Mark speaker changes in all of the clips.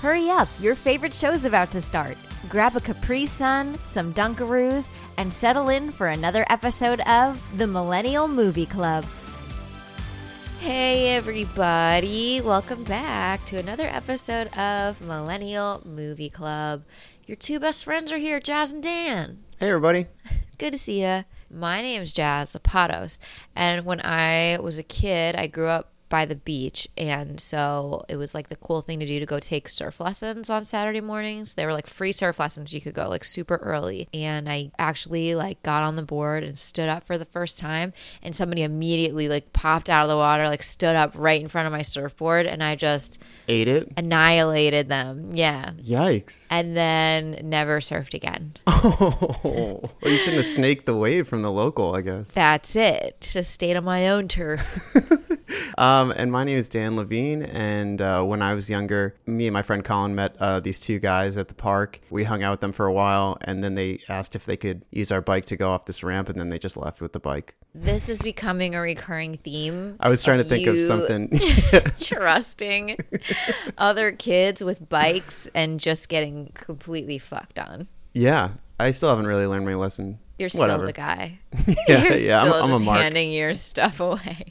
Speaker 1: Hurry up, your favorite show's about to start. Grab a Capri Sun, some Dunkaroos, and settle in for another episode of The Millennial Movie Club. Hey, everybody, welcome back to another episode of Millennial Movie Club. Your two best friends are here, Jazz and Dan.
Speaker 2: Hey, everybody.
Speaker 1: Good to see ya. My name's Jazz Zapatos, and when I was a kid, I grew up by the beach, and so it was like the cool thing to do to go take surf lessons on Saturday mornings. They were like free surf lessons; you could go like super early. And I actually like got on the board and stood up for the first time, and somebody immediately like popped out of the water, like stood up right in front of my surfboard, and I just
Speaker 2: Ate it.
Speaker 1: annihilated them. Yeah,
Speaker 2: Yikes.
Speaker 1: and then never surfed again.
Speaker 2: Oh, well, you shouldn't have snaked the wave from the local, I guess.
Speaker 1: That's it. Just stayed on my own turf.
Speaker 2: Um, and my name is Dan Levine. And uh, when I was younger, me and my friend Colin met uh, these two guys at the park. We hung out with them for a while, and then they asked if they could use our bike to go off this ramp, and then they just left with the bike.
Speaker 1: This is becoming a recurring theme.
Speaker 2: I was trying to think of
Speaker 1: you
Speaker 2: something.
Speaker 1: Trusting other kids with bikes and just getting completely fucked on.
Speaker 2: yeah, I still haven't really learned my lesson.
Speaker 1: You're still
Speaker 2: Whatever.
Speaker 1: the guy.
Speaker 2: Yeah,
Speaker 1: You're
Speaker 2: yeah, I'm-
Speaker 1: still
Speaker 2: I'm a
Speaker 1: just
Speaker 2: mark.
Speaker 1: handing your stuff away.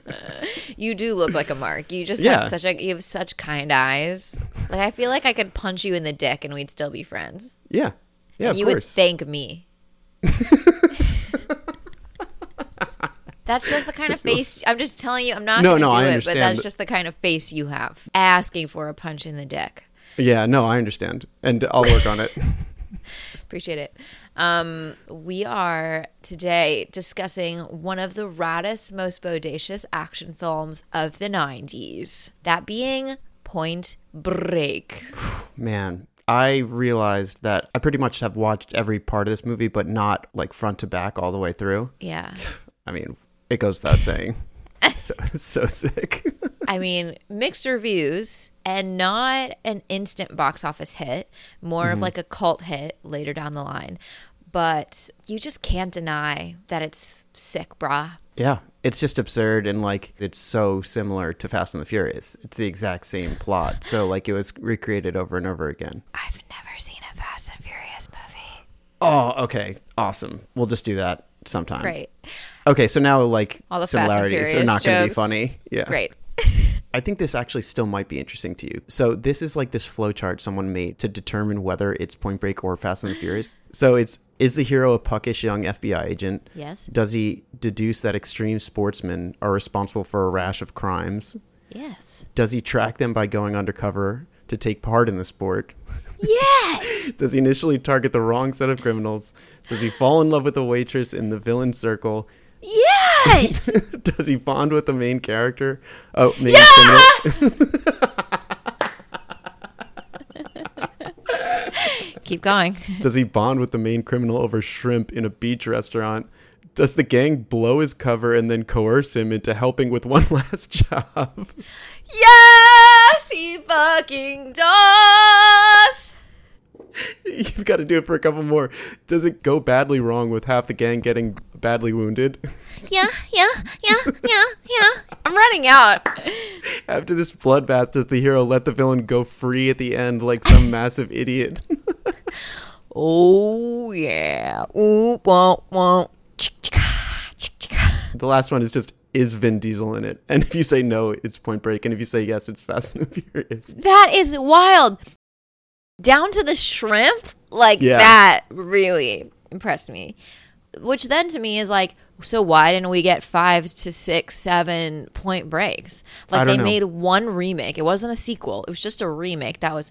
Speaker 1: you do look like a mark. You just
Speaker 2: Yeah.
Speaker 1: have such a you have such kind eyes. Like I feel like I could punch you in the dick and we'd still be friends.
Speaker 2: Yeah. Yeah,
Speaker 1: And
Speaker 2: of
Speaker 1: you would
Speaker 2: course.
Speaker 1: thank me. that's just the kind of face. I'm just telling you. I'm not
Speaker 2: No,
Speaker 1: going to
Speaker 2: no,
Speaker 1: do
Speaker 2: I
Speaker 1: it,
Speaker 2: understand,
Speaker 1: but that's
Speaker 2: but-
Speaker 1: just the kind of face you have, asking for a punch in the dick.
Speaker 2: yeah, no, I understand. And I'll work on it.
Speaker 1: Appreciate it. Um, we are today discussing one of the raddest, most bodacious action films of the '90s. That being Point Break.
Speaker 2: Man, I realized that I pretty much have watched every part of this movie, but not like front to back all the way through.
Speaker 1: Yeah.
Speaker 2: I mean, it goes without saying. so it's so sick.
Speaker 1: I mean, mixed reviews and not an instant box office hit, more of like a cult hit later down the line. But you just can't deny that it's sick, brah.
Speaker 2: yeah, it's just absurd and like it's so similar to Fast and the Furious. It's the exact same plot. So like it was recreated over and over again.
Speaker 1: I've never seen a Fast and Furious movie.
Speaker 2: Oh, okay. Awesome. We'll just do that sometime.
Speaker 1: Great.
Speaker 2: Okay, so now like
Speaker 1: All the Fast and
Speaker 2: similarities are
Speaker 1: Furious
Speaker 2: not going to be
Speaker 1: jokes.
Speaker 2: funny. Yeah.
Speaker 1: Great.
Speaker 2: I think this actually still might be interesting to you. So this is like this flowchart someone made to determine whether it's Point Break or Fast and the Furious. So it's is the hero a puckish young FBI agent?
Speaker 1: Yes.
Speaker 2: Does he deduce that extreme sportsmen are responsible for a rash of crimes?
Speaker 1: Yes.
Speaker 2: Does he track them by going undercover to take part in the sport?
Speaker 1: Yes.
Speaker 2: Does he initially target the wrong set of criminals? Does he fall in love with a waitress in the villain circle?
Speaker 1: Yes.
Speaker 2: Does he bond with the main character? Oh, main criminal.
Speaker 1: Keep going.
Speaker 2: Does he bond with the main criminal over shrimp in a beach restaurant? Does the gang blow his cover and then coerce him into helping with one last job?
Speaker 1: Yes, he fucking does.
Speaker 2: You've got to do it for a couple more. Does it go badly wrong with half the gang getting badly wounded?
Speaker 1: Yeah, yeah, yeah, yeah, yeah. I'm running out.
Speaker 2: After this bloodbath, does the hero let the villain go free at the end like some massive idiot?
Speaker 1: Oh yeah. Ooh, wah, wah. Chick, chicka, chick, chicka.
Speaker 2: the last one is just is Vin Diesel in it? And if you say no, it's Point Break, and if you say yes, it's Fast and the Furious.
Speaker 1: That is wild. Down to the shrimp, like
Speaker 2: Yeah.
Speaker 1: that really impressed me. Which then to me is like, so why didn't we get five to six, seven point breaks? Like
Speaker 2: I
Speaker 1: they
Speaker 2: don't know.
Speaker 1: made one remake. It wasn't a sequel. It was just a remake that was,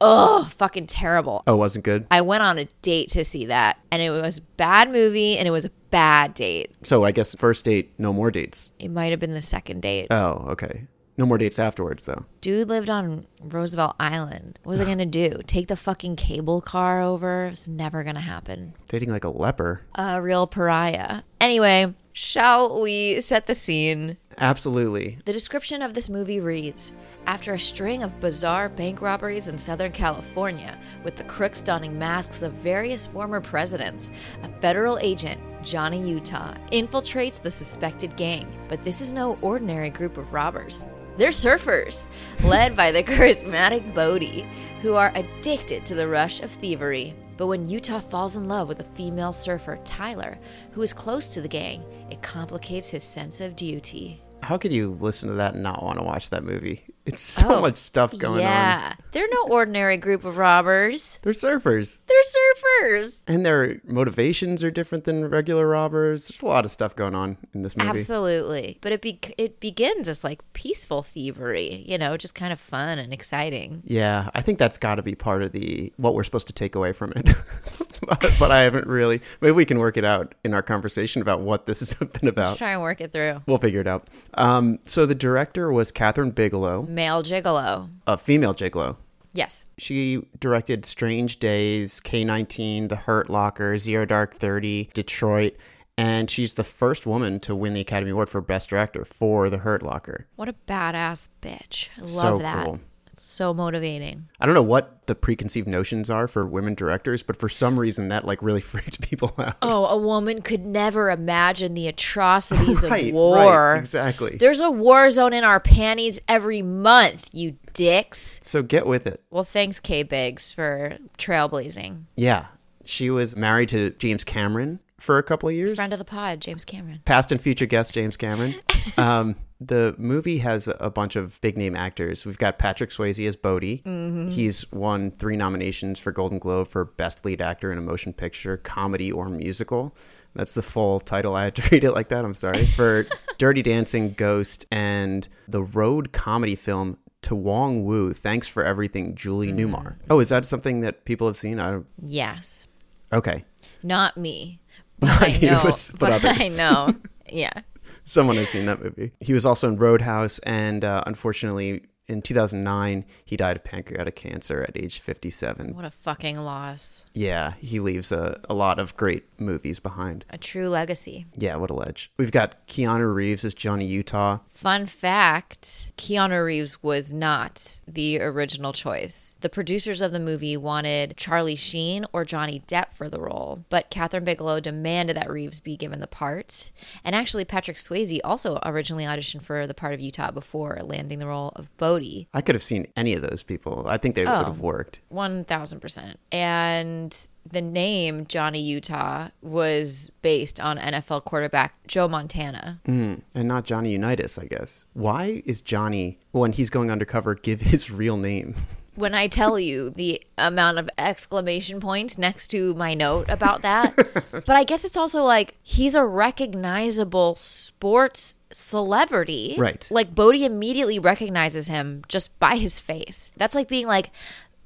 Speaker 1: oh, fucking terrible.
Speaker 2: Oh, wasn't good.
Speaker 1: I went on a date to see that, and it was a bad movie, and it was a bad date.
Speaker 2: So I guess first date, no more dates.
Speaker 1: It might have been the second date.
Speaker 2: Oh, okay. No more dates afterwards, though.
Speaker 1: Dude lived on Roosevelt Island. What was I gonna do? Take the fucking cable car over? It's never gonna happen.
Speaker 2: Dating like a leper.
Speaker 1: A real pariah. Anyway, shall we set the scene?
Speaker 2: Absolutely.
Speaker 1: The description of this movie reads After a string of bizarre bank robberies in Southern California, with the crooks donning masks of various former presidents, a federal agent, Johnny Utah, infiltrates the suspected gang. But this is no ordinary group of robbers. They're surfers, led by the charismatic Bodhi, who are addicted to the rush of thievery. But when Utah falls in love with a female surfer, Tyler, who is close to the gang, it complicates his sense of duty.
Speaker 2: How could you listen to that and not want to watch that movie? It's so
Speaker 1: Oh,
Speaker 2: much stuff going on.
Speaker 1: yeah. They're no ordinary group of robbers.
Speaker 2: They're surfers,
Speaker 1: They're surfers.
Speaker 2: and their motivations are different than regular robbers. There's a lot of stuff going on in this movie.
Speaker 1: Absolutely. But it be- it begins as like peaceful thievery, you know, just kind of fun and exciting.
Speaker 2: Yeah, I think that's got to be part of the what we're supposed to take away from it. but, but I haven't really. Maybe we can work it out in our conversation about what this has been about.
Speaker 1: Try and work it through.
Speaker 2: We'll figure it out. Um, so the director was Catherine Bigelow,
Speaker 1: Male gigolo.
Speaker 2: a female gigolo.
Speaker 1: Yes.
Speaker 2: She directed Strange Days, K19, The Hurt Locker, Zero Dark Thirty, Detroit, and she's the first woman to win the Academy Award for Best Director for The Hurt Locker.
Speaker 1: What a badass bitch. I love
Speaker 2: So
Speaker 1: that.
Speaker 2: cool.
Speaker 1: So motivating.
Speaker 2: I don't know what the preconceived notions are for women directors, but for some reason that like really freaked people out.
Speaker 1: Oh, a woman could never imagine the atrocities
Speaker 2: Right,
Speaker 1: of war.
Speaker 2: right, exactly.
Speaker 1: There's a war zone in our panties every month, you dicks.
Speaker 2: So get with it.
Speaker 1: Well, thanks, K Biggs, for trailblazing.
Speaker 2: Yeah. She was married to James Cameron for a couple of years.
Speaker 1: Friend of the pod, James Cameron.
Speaker 2: Past and future guest James Cameron. Um, the movie has a bunch of big name actors. We've got Patrick Swayze as Bodie. He's won three nominations for Golden Globe for Best Lead Actor in a Motion Picture, Comedy, or Musical. That's the full title. I had to read it like that. I'm sorry. For Dirty Dancing, Ghost, and the road comedy film To Wong Wu, Thanks for Everything, Julie Newmar. Oh, is that something that people have seen? I don't,
Speaker 1: Yes.
Speaker 2: okay.
Speaker 1: Not me. But I
Speaker 2: you,
Speaker 1: know.
Speaker 2: but-
Speaker 1: But,
Speaker 2: but
Speaker 1: I
Speaker 2: others.
Speaker 1: know. Yeah.
Speaker 2: Someone has seen that movie. He was also in Roadhouse, and uh, unfortunately, in 2009, he died of pancreatic cancer at age 57.
Speaker 1: What a fucking loss.
Speaker 2: Yeah, he leaves a, a lot of great movies behind.
Speaker 1: A true legacy.
Speaker 2: Yeah, what a ledge. We've got Keanu Reeves as Johnny Utah.
Speaker 1: Fun fact Keanu Reeves was not the original choice. The producers of the movie wanted Charlie Sheen or Johnny Depp for the role, but Catherine Bigelow demanded that Reeves be given the part. And actually, Patrick Swayze also originally auditioned for the part of Utah before landing the role of Bodie.
Speaker 2: I could have seen any of those people. I think they would have worked.
Speaker 1: 1000%. And the name Johnny Utah was based on NFL quarterback Joe Montana.
Speaker 2: Hmm. And not Johnny Unitas, I guess. Why is Johnny, when he's going undercover, give his real name?
Speaker 1: When I tell you the amount of exclamation points next to my note about that, but I guess it's also like he's a recognizable sports celebrity.
Speaker 2: Right.
Speaker 1: Like Bodie immediately recognizes him just by his face. That's like being like,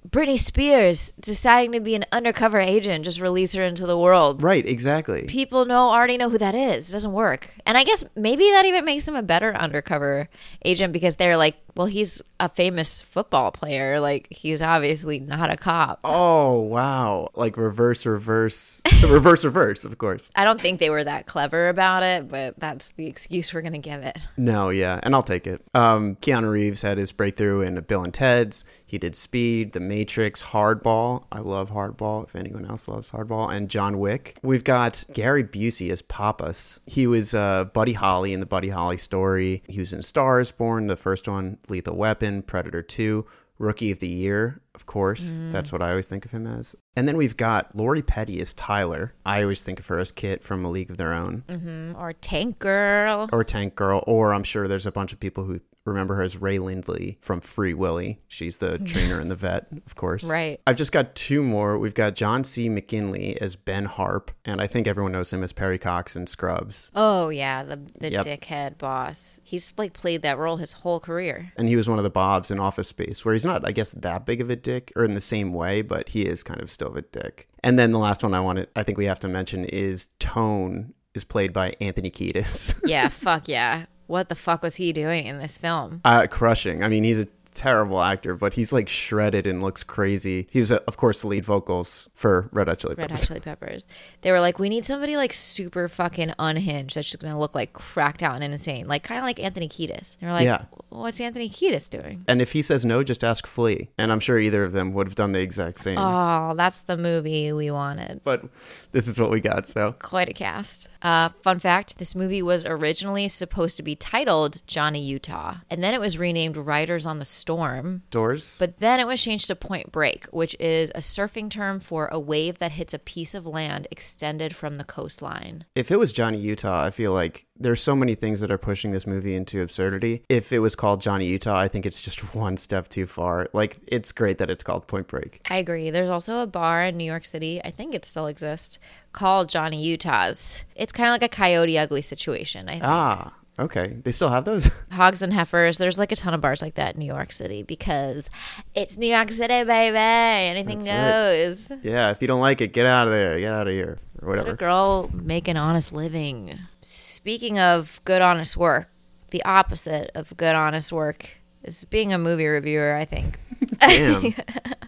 Speaker 1: Britney Spears deciding to be an undercover agent, just release her into the world.
Speaker 2: Right, exactly.
Speaker 1: people know already know who that is. It doesn't work. And I guess maybe that even makes him a better undercover agent because they're like, well, he's a famous football player. Like he's obviously not a cop.
Speaker 2: Oh, wow. Like reverse, reverse, reverse, reverse, of course.
Speaker 1: I don't think they were that clever about it, but that's the excuse we're going to give it.
Speaker 2: No, yeah, and I'll take it. Um, Keanu Reeves had his breakthrough in Bill and Ted's. He did Speed, The Matrix, Hardball. I love Hardball. If anyone else loves Hardball, and John Wick. We've got Gary Busey as Pappas. He was uh, Buddy Holly in the Buddy Holly story. He was in Stars Born, the first one, Lethal Weapon, Predator Two. Rookie of the Year, of course. That's what I always think of him as. And then we've got Lori Petty as Tyler. I always think of her as Kit from A League of Their Own
Speaker 1: Mm, Or Tank Girl.
Speaker 2: or Tank Girl, or I'm sure there's a bunch of people who remember her as Ray Lindley from Free Willy. She's the trainer and the vet, of course.
Speaker 1: Right.
Speaker 2: I've just got two more. We've got John C. McKinley as Ben Harp, and I think everyone knows him as Perry Cox in Scrubs.
Speaker 1: Oh, yeah. The, the
Speaker 2: Yep.
Speaker 1: dickhead boss. He's like played that role his whole career.
Speaker 2: And he was one of the Bobs in Office Space, where he's not, I guess, that big of a dick, or in the same way, but he is kind of still a dick. And then the last one I wanted, I think we have to mention is Tone, is played by Anthony Kiedis.
Speaker 1: Yeah. fuck yeah. What the fuck was he doing in this film?
Speaker 2: uh, crushing. I mean, he's a terrible actor, but he's like shredded and looks crazy. He was, uh, of course, the lead vocals for Red Hot Chili
Speaker 1: Red Hot
Speaker 2: Peppers.
Speaker 1: Chili Peppers. They were like, we need somebody like super fucking unhinged that's just gonna look like cracked out and insane, like kind of like Anthony Kiedis. They were like,
Speaker 2: Yeah.
Speaker 1: what's Anthony Kiedis doing?
Speaker 2: And if he says no, just ask Flea. And I'm sure either of them would have done the exact same.
Speaker 1: Oh, that's the movie we wanted.
Speaker 2: but this is what we got. So
Speaker 1: Quite a cast. Uh, fun fact this movie was originally supposed to be titled Johnny Utah, and then it was renamed Riders on the Storm.
Speaker 2: doors.
Speaker 1: But then it was changed to point break, which is a surfing term for a wave that hits a piece of land extended from the coastline.
Speaker 2: if it was Johnny Utah, I feel like there's so many things that are pushing this movie into absurdity. If it was called Johnny Utah, I think it's just one step too far. Like it's great that it's called Point Break.
Speaker 1: I agree. There's also a bar in New York City, I think it still exists, called Johnny Utah's. It's kind of like a coyote ugly situation. I think.
Speaker 2: Ah, okay. They still have those.
Speaker 1: Hogs and heifers, there's like a ton of bars like that in New York City because it's New York City, baby. Anything
Speaker 2: That's
Speaker 1: goes.
Speaker 2: yeah. If you don't like it, get out of there. Get out of here or
Speaker 1: Let a
Speaker 2: whatever.
Speaker 1: girl make an honest living. Speaking of good, honest work, the opposite of good, honest work is being a movie reviewer, I think.
Speaker 2: Damn.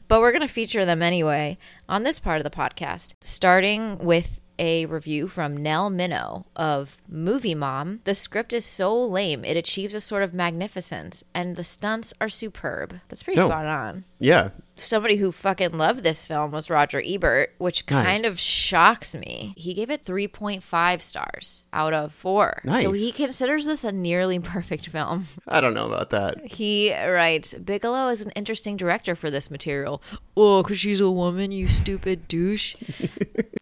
Speaker 1: but we're going to feature them anyway on this part of the podcast, starting with a review from Nell Minow of Movie Mom. The script is so lame, it achieves a sort of magnificence, and the stunts are superb. That's pretty
Speaker 2: Oh.
Speaker 1: spot on.
Speaker 2: yeah.
Speaker 1: Somebody who fucking loved this film was Roger Ebert, which kind
Speaker 2: Nice.
Speaker 1: of shocks me. He gave it 3.5 stars out of 4. So
Speaker 2: Nice.
Speaker 1: he considers this a nearly perfect film.
Speaker 2: I don't know about that.
Speaker 1: He writes, Bigelow is an interesting director for this material. Oh, because she's a woman, you stupid douche.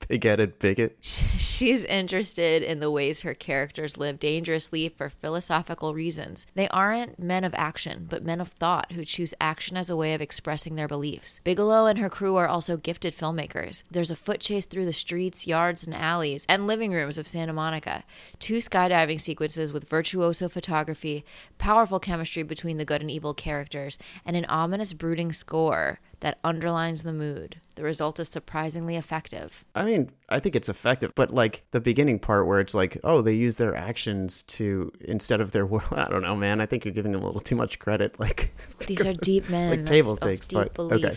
Speaker 2: Pig-headed bigot.
Speaker 1: she's interested in the ways her characters live dangerously for philosophical reasons. They aren't men of action, but men of thought who choose action as a way of expressing their beliefs. Bigelow and her crew are also gifted filmmakers. There's a foot chase through the streets, yards, and alleys, and living rooms of Santa Monica. Two skydiving sequences with virtuoso photography, powerful chemistry between the good and evil characters, and an ominous brooding score that underlines the mood. The result is surprisingly effective.
Speaker 2: I mean, I think it's effective, but like the beginning part where it's like, oh, they use their actions to instead of their will. I don't know, man. I think you're giving them a little too much credit. Like
Speaker 1: These are deep men.
Speaker 2: like
Speaker 1: of-
Speaker 2: table
Speaker 1: of
Speaker 2: stakes,
Speaker 1: deep
Speaker 2: but
Speaker 1: belief.
Speaker 2: okay.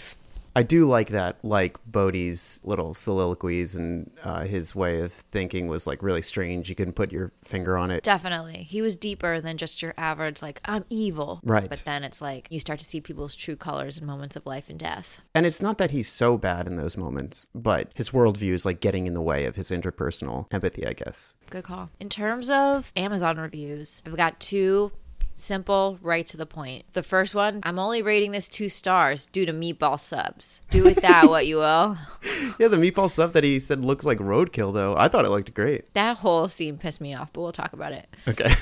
Speaker 2: I do like that, like Bodhi's little soliloquies and uh, his way of thinking was like really strange. You couldn't put your finger on it.
Speaker 1: Definitely. He was deeper than just your average, like, I'm evil.
Speaker 2: Right.
Speaker 1: But then it's like you start to see people's true colors in moments of life and death.
Speaker 2: And it's not that he's so bad in those moments, but his worldview is like getting in the way of his interpersonal empathy, I guess.
Speaker 1: Good call. In terms of Amazon reviews, I've got two simple, right to the point. The first one, I'm only rating this two stars due to meatball subs. Do with that what you will.
Speaker 2: Yeah, the meatball stuff that he said looks like roadkill, though. I thought it looked great.
Speaker 1: That whole scene pissed me off, but we'll talk about it.
Speaker 2: Okay.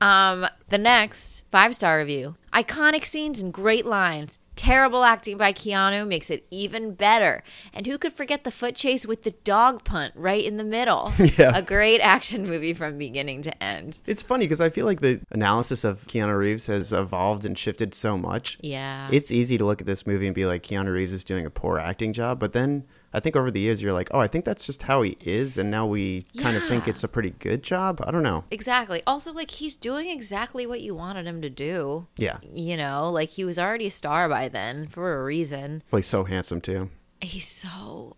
Speaker 1: Um, the next five star review. Iconic scenes and great lines. Terrible acting by Keanu makes it even better. And who could forget the foot chase with the dog punt right in the middle?
Speaker 2: Yeah.
Speaker 1: A great action movie from beginning to end.
Speaker 2: it's funny because I feel like the analysis of Keanu Reeves has evolved and shifted so much.
Speaker 1: Yeah.
Speaker 2: it's easy to look at this movie and be like Keanu Reeves is doing a poor acting job, but then I think over the years you're like, oh, I think that's just how he is, and now we kind of think
Speaker 1: Yeah.
Speaker 2: it's a pretty good job. I don't know.
Speaker 1: exactly. Also, like, he's doing exactly what you wanted him to do.
Speaker 2: Yeah,
Speaker 1: You know, like, he was already a star by then for a reason.
Speaker 2: well, he's so handsome too.
Speaker 1: He's so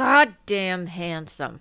Speaker 1: goddamn handsome.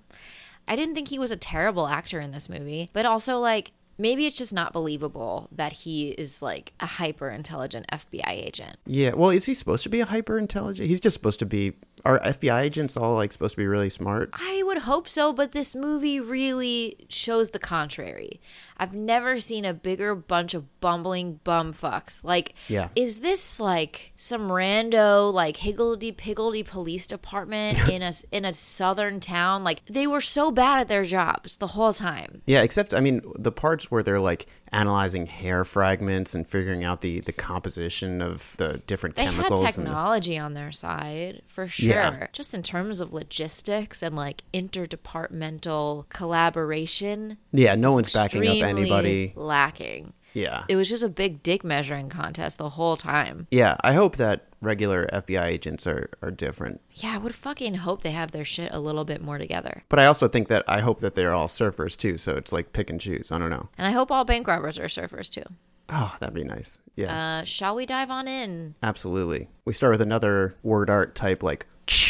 Speaker 1: I didn't think he was a terrible actor in this movie, but also like maybe it's just not believable that he is like a hyper intelligent FBI agent.
Speaker 2: Yeah, well, is he supposed to be a hyper intelligent? He's just supposed to be. Are FBI agents all like supposed to be really smart?
Speaker 1: I would hope so, but this movie really shows the contrary. I've never seen a bigger bunch of bumbling bum fucks. Like,
Speaker 2: Yeah.
Speaker 1: is this like some rando, like higgledy piggledy police department in a in a southern town? Like, they were so bad at their jobs the whole time.
Speaker 2: Yeah, except I mean the parts where they're like analyzing hair fragments and figuring out the the composition of the different
Speaker 1: They
Speaker 2: chemicals.
Speaker 1: had
Speaker 2: and the-
Speaker 1: technology on their side for sure,
Speaker 2: Yeah.
Speaker 1: just in terms of logistics and like interdepartmental collaboration.
Speaker 2: yeah, no one's backing up
Speaker 1: extremely
Speaker 2: anybody.
Speaker 1: Lacking.
Speaker 2: Yeah,
Speaker 1: It was just a big dick measuring contest the whole time.
Speaker 2: Yeah, I hope that regular FBI agents are, are different.
Speaker 1: Yeah, I would fucking hope they have their shit a little bit more together.
Speaker 2: But I also think that I hope that they're all surfers too, so it's like pick and choose. I don't know.
Speaker 1: And I hope all bank robbers are surfers too.
Speaker 2: Oh, that'd be nice. Yeah,
Speaker 1: Uh, shall we dive on in?
Speaker 2: absolutely. We start with another word art type like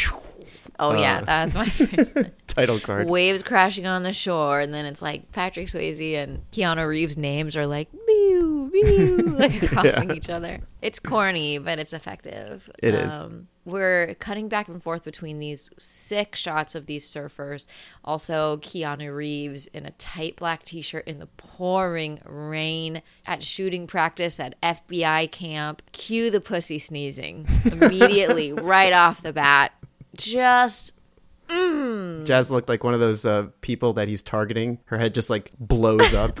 Speaker 1: Oh yeah, that was my first.
Speaker 2: title card.
Speaker 1: Waves crashing on the shore, and then it's like Patrick Swayze and Keanu Reeves' names are like mew mew, like crossing each other. It's corny, but it's effective. Um,
Speaker 2: It is.
Speaker 1: We're cutting back and forth between these sick shots of these surfers. Also, Keanu Reeves in a tight black t shirt in the pouring rain at shooting practice at FBI camp. Cue the pussy sneezing immediately, right off the bat. Just
Speaker 2: Jazz looked like one of those uh, people that he's targeting. Her head just like blows up.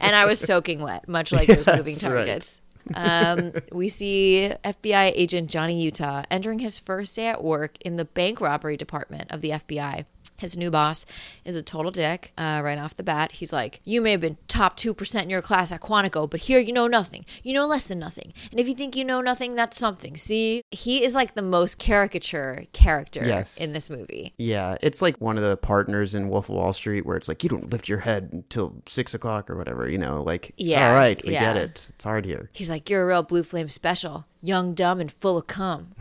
Speaker 1: and I was soaking wet, much like those moving
Speaker 2: Yes, right.
Speaker 1: targets. um, we see FBI agent Johnny Utah entering his first day at work in the bank robbery department of the FBI. His new boss is a total dick uh, right off the bat. He's like, You may have been top 2% in your class at Quantico, but here you know nothing. You know less than nothing. And if you think you know nothing, that's something. See? He is like the most caricature character
Speaker 2: Yes.
Speaker 1: in this movie.
Speaker 2: yeah, it's like one of the partners in Wolf of Wall Street where it's like you don't lift your head until six o'clock or whatever. You know, like
Speaker 1: Yeah,
Speaker 2: all right, we
Speaker 1: yeah.
Speaker 2: get it. It's hard here.
Speaker 1: He's like, You're a real blue flame special, young, dumb, and full of cum.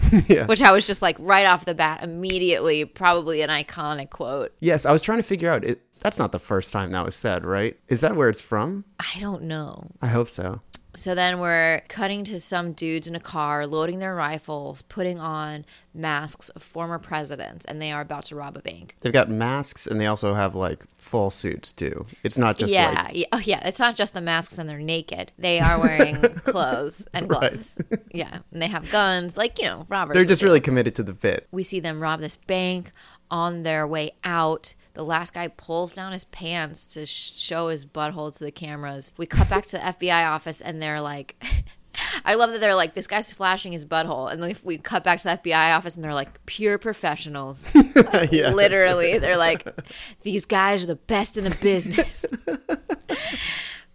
Speaker 1: Which I was just like, right off the bat, immediately, probably an iconic quote.
Speaker 2: Yes, I was trying to figure out. It, that's not the first time that was said, right? Is that where it's from?
Speaker 1: I don't know.
Speaker 2: I hope so.
Speaker 1: So then we're cutting to some dudes in a car, loading their rifles, putting on masks of former presidents, and they are about to rob a bank.
Speaker 2: They've got masks and they also have like full suits too. It's not just
Speaker 1: yeah,
Speaker 2: like
Speaker 1: yeah, oh, yeah. It's not just the masks and they're naked. They are wearing clothes and gloves. Yeah, and they have guns, like you know, robbers.
Speaker 2: they're
Speaker 1: would
Speaker 2: just
Speaker 1: do.
Speaker 2: really committed to the bit.
Speaker 1: We see them rob this bank on their way out. The last guy pulls down his pants to sh- show his butthole to the cameras. We cut back to the FBI office and they're like, I love that they're like, this guy's flashing his butthole. And then we cut back to the FBI office and they're like, pure professionals.
Speaker 2: yeah,
Speaker 1: Literally, they're like, these guys are the best in the business.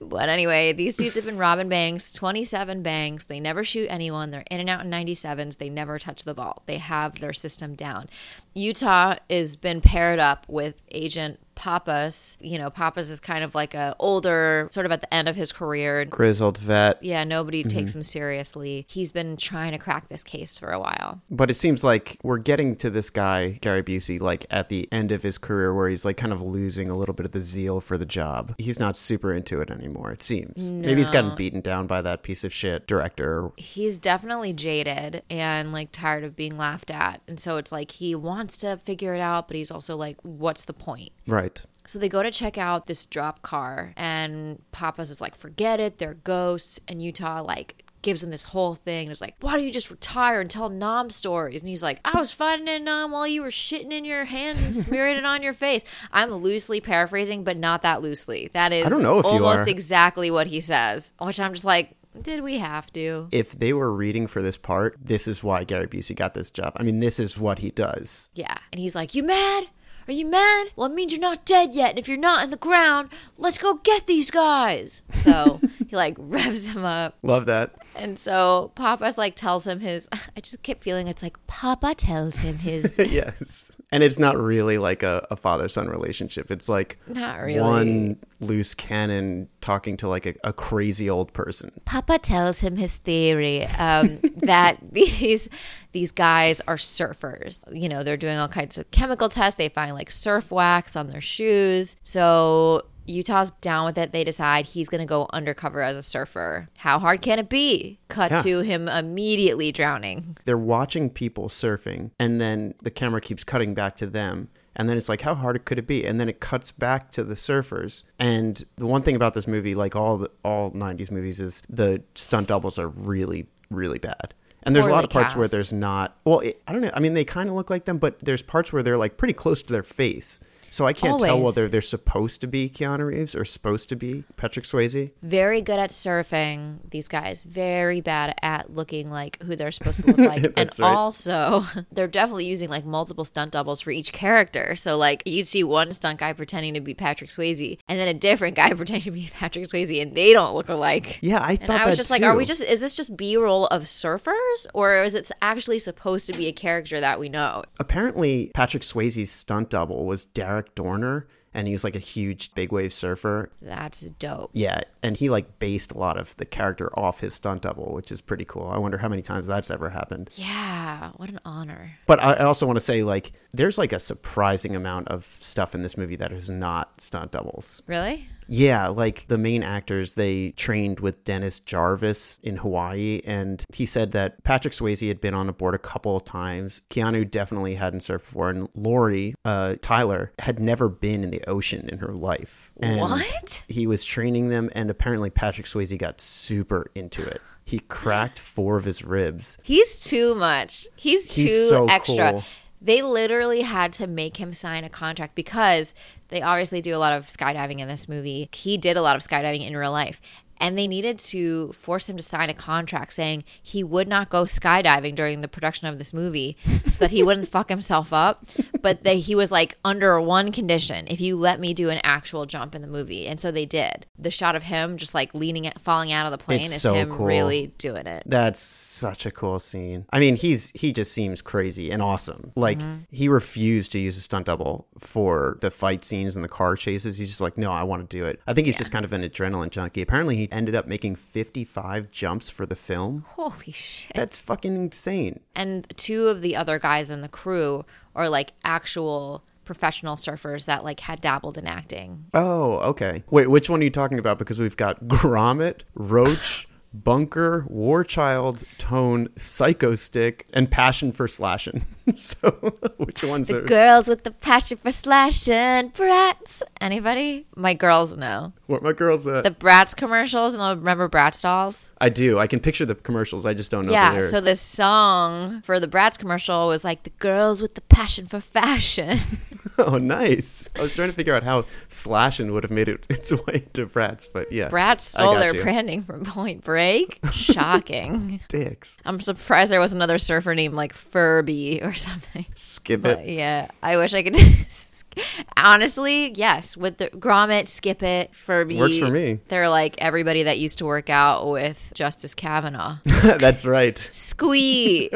Speaker 1: but anyway, these dudes have been robbing banks, 27 banks. They never shoot anyone. They're in and out in 97s. They never touch the ball. They have their system down. Utah has been paired up with Agent Pappas. You know, Pappas is kind of like a older, sort of at the end of his career,
Speaker 2: grizzled vet.
Speaker 1: yeah, nobody takes him seriously. He's been trying to crack this case for a while.
Speaker 2: But it seems like we're getting to this guy, Gary Busey, like at the end of his career where he's like kind of losing a little bit of the zeal for the job. He's not super into it anymore, it seems. Maybe he's gotten beaten down by that piece of shit director.
Speaker 1: he's definitely jaded and like tired of being laughed at. And so it's like he wants to figure it out, but he's also like, what's the point?
Speaker 2: Right.
Speaker 1: So they go to check out this drop car, and Papa's is like, forget it, they're ghosts. And Utah, like, gives him this whole thing and is like, why don't you just retire and tell Nom stories? And he's like, I was fighting in Nom while you were shitting in your hands and smearing it on your face. I'm loosely paraphrasing, but not that loosely. That is
Speaker 2: don't know if you
Speaker 1: almost
Speaker 2: are.
Speaker 1: exactly what he says, which I'm just like, did we have to?
Speaker 2: If they were reading for this part, this is why Gary Busey got this job. I mean, this is what he does.
Speaker 1: Yeah. And he's like, You mad? Are you mad? Well, it means you're not dead yet. And if you're not in the ground, let's go get these guys. So he like revs him up.
Speaker 2: Love that.
Speaker 1: And so Papa's like tells him his. I just kept feeling it's like Papa tells him his.
Speaker 2: yes. And it's not really like a, a father son relationship. It's like
Speaker 1: Not really.
Speaker 2: one loose cannon talking to like a, a crazy old person.
Speaker 1: Papa tells him his theory um, that these these guys are surfers. You know, they're doing all kinds of chemical tests. They find like surf wax on their shoes. So Utah's down with it. They decide he's going to go undercover as a surfer. How hard can it be? Cut
Speaker 2: Yeah.
Speaker 1: to him immediately drowning.
Speaker 2: They're watching people surfing, and then the camera keeps cutting back to them. And then it's like, how hard could it be? And then it cuts back to the surfers. And the one thing about this movie, like all the, all '90s movies, is the stunt doubles are really, really bad. And there's a
Speaker 1: Poorly
Speaker 2: lot of parts where
Speaker 1: cast.
Speaker 2: there's not. Well, it, I don't know. I mean, they kind of look like them, but there's parts where they're like pretty close to their face. So I can't tell
Speaker 1: Always.
Speaker 2: whether they're supposed to be Keanu Reeves or supposed to be Patrick Swayze.
Speaker 1: Very good at surfing. These guys very bad at looking like who they're supposed to look like, and
Speaker 2: That's right.
Speaker 1: also they're definitely using like multiple stunt doubles for each character. So like you'd see one stunt guy pretending to be Patrick Swayze, and then a different guy pretending to be Patrick Swayze, and they don't look alike.
Speaker 2: Yeah, I
Speaker 1: And
Speaker 2: thought
Speaker 1: I was
Speaker 2: that
Speaker 1: just like, are we
Speaker 2: too.
Speaker 1: just, is this just B roll of surfers? Or is it actually supposed to be a character that we know?
Speaker 2: apparently Patrick Swayze's stunt double was Derek Dorner, and he's like a huge big wave surfer.
Speaker 1: That's dope.
Speaker 2: Yeah, and he like based a lot of the character off his stunt double, which is pretty cool. I wonder how many times that's ever happened.
Speaker 1: Yeah, what an honor.
Speaker 2: But I I also want to say like there's like a surprising amount of stuff in this movie that is not stunt doubles.
Speaker 1: Really?
Speaker 2: Yeah, like the main actors, they trained with Dennis Jarvis in Hawaii. And he said that Patrick Swayze had been on a board a couple of times. Keanu definitely hadn't surfed before. And Lori, uh, Tyler, had never been in the ocean in her life. And
Speaker 1: What?
Speaker 2: He was training them. And apparently, Patrick Swayze got super into it. He cracked four of his ribs.
Speaker 1: He's too much. He's,
Speaker 2: He's
Speaker 1: too
Speaker 2: so
Speaker 1: extra.
Speaker 2: cool.
Speaker 1: They literally had to make him sign a contract because they obviously do a lot of skydiving in this movie. He did a lot of skydiving in real life. And they needed to force him to sign a contract saying he would not go skydiving during the production of this movie so that he wouldn't fuck himself up. But they, he was like, under one condition, if you let me do an actual jump in the movie. And so they did. The shot of him just like leaning, falling out of the plane
Speaker 2: It's
Speaker 1: is
Speaker 2: so
Speaker 1: him
Speaker 2: cool.
Speaker 1: really doing it.
Speaker 2: That's such a cool scene. I mean, he's he just seems crazy and awesome. Like
Speaker 1: Mm-hmm.
Speaker 2: he refused to use a stunt double for the fight scenes and the car chases. He's just like, "No, I want to do it." I think he's just kind of an adrenaline junkie. Apparently, he ended up making 55 jumps for the film.
Speaker 1: Holy shit.
Speaker 2: That's fucking insane.
Speaker 1: and two of the other guys in the crew are like actual professional surfers that like had dabbled in acting.
Speaker 2: Oh, okay. Wait, which one are you talking about because we've got Gromit, Roach, Bunker, Warchild, Tone, Psycho Stick, and Passion for Slashing. so, which one's are
Speaker 1: Girls with the passion for slashing, brats. Anybody? My girls know
Speaker 2: what my girls uh, at?
Speaker 1: the Bratz commercials, and they'll remember Bratz dolls.
Speaker 2: I do. I can picture the commercials. I just don't know the
Speaker 1: yeah.
Speaker 2: lyrics.
Speaker 1: So this song for the Bratz commercial was like the girls with the passion for fashion.
Speaker 2: oh, nice. I was trying to figure out how slashing would have made it its way to Bratz, but yeah.
Speaker 1: Bratz
Speaker 2: I
Speaker 1: stole
Speaker 2: got
Speaker 1: their
Speaker 2: you.
Speaker 1: branding from Point Break. Shocking.
Speaker 2: Dicks.
Speaker 1: I'm surprised there was another surfer named like Furby or something.
Speaker 2: Skip
Speaker 1: But
Speaker 2: it.
Speaker 1: yeah, I wish I could. Honestly, yes. With the Gromit, Skip It, Furby.
Speaker 2: Works for me.
Speaker 1: They're like everybody that used to work out with Justice Kavanaugh.
Speaker 2: That's right.
Speaker 1: Squee,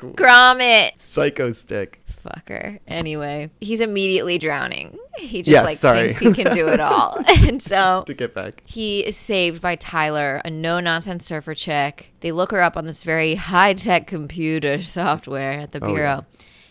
Speaker 1: Gromit,
Speaker 2: Psycho Stick.
Speaker 1: fucker. Anyway, he's immediately drowning. He just
Speaker 2: Yeah,
Speaker 1: like
Speaker 2: sorry.
Speaker 1: thinks he can do it all, and so
Speaker 2: To get back.
Speaker 1: he is saved by Tyler, a no nonsense surfer chick. They look her up on this very high tech computer software at the bureau.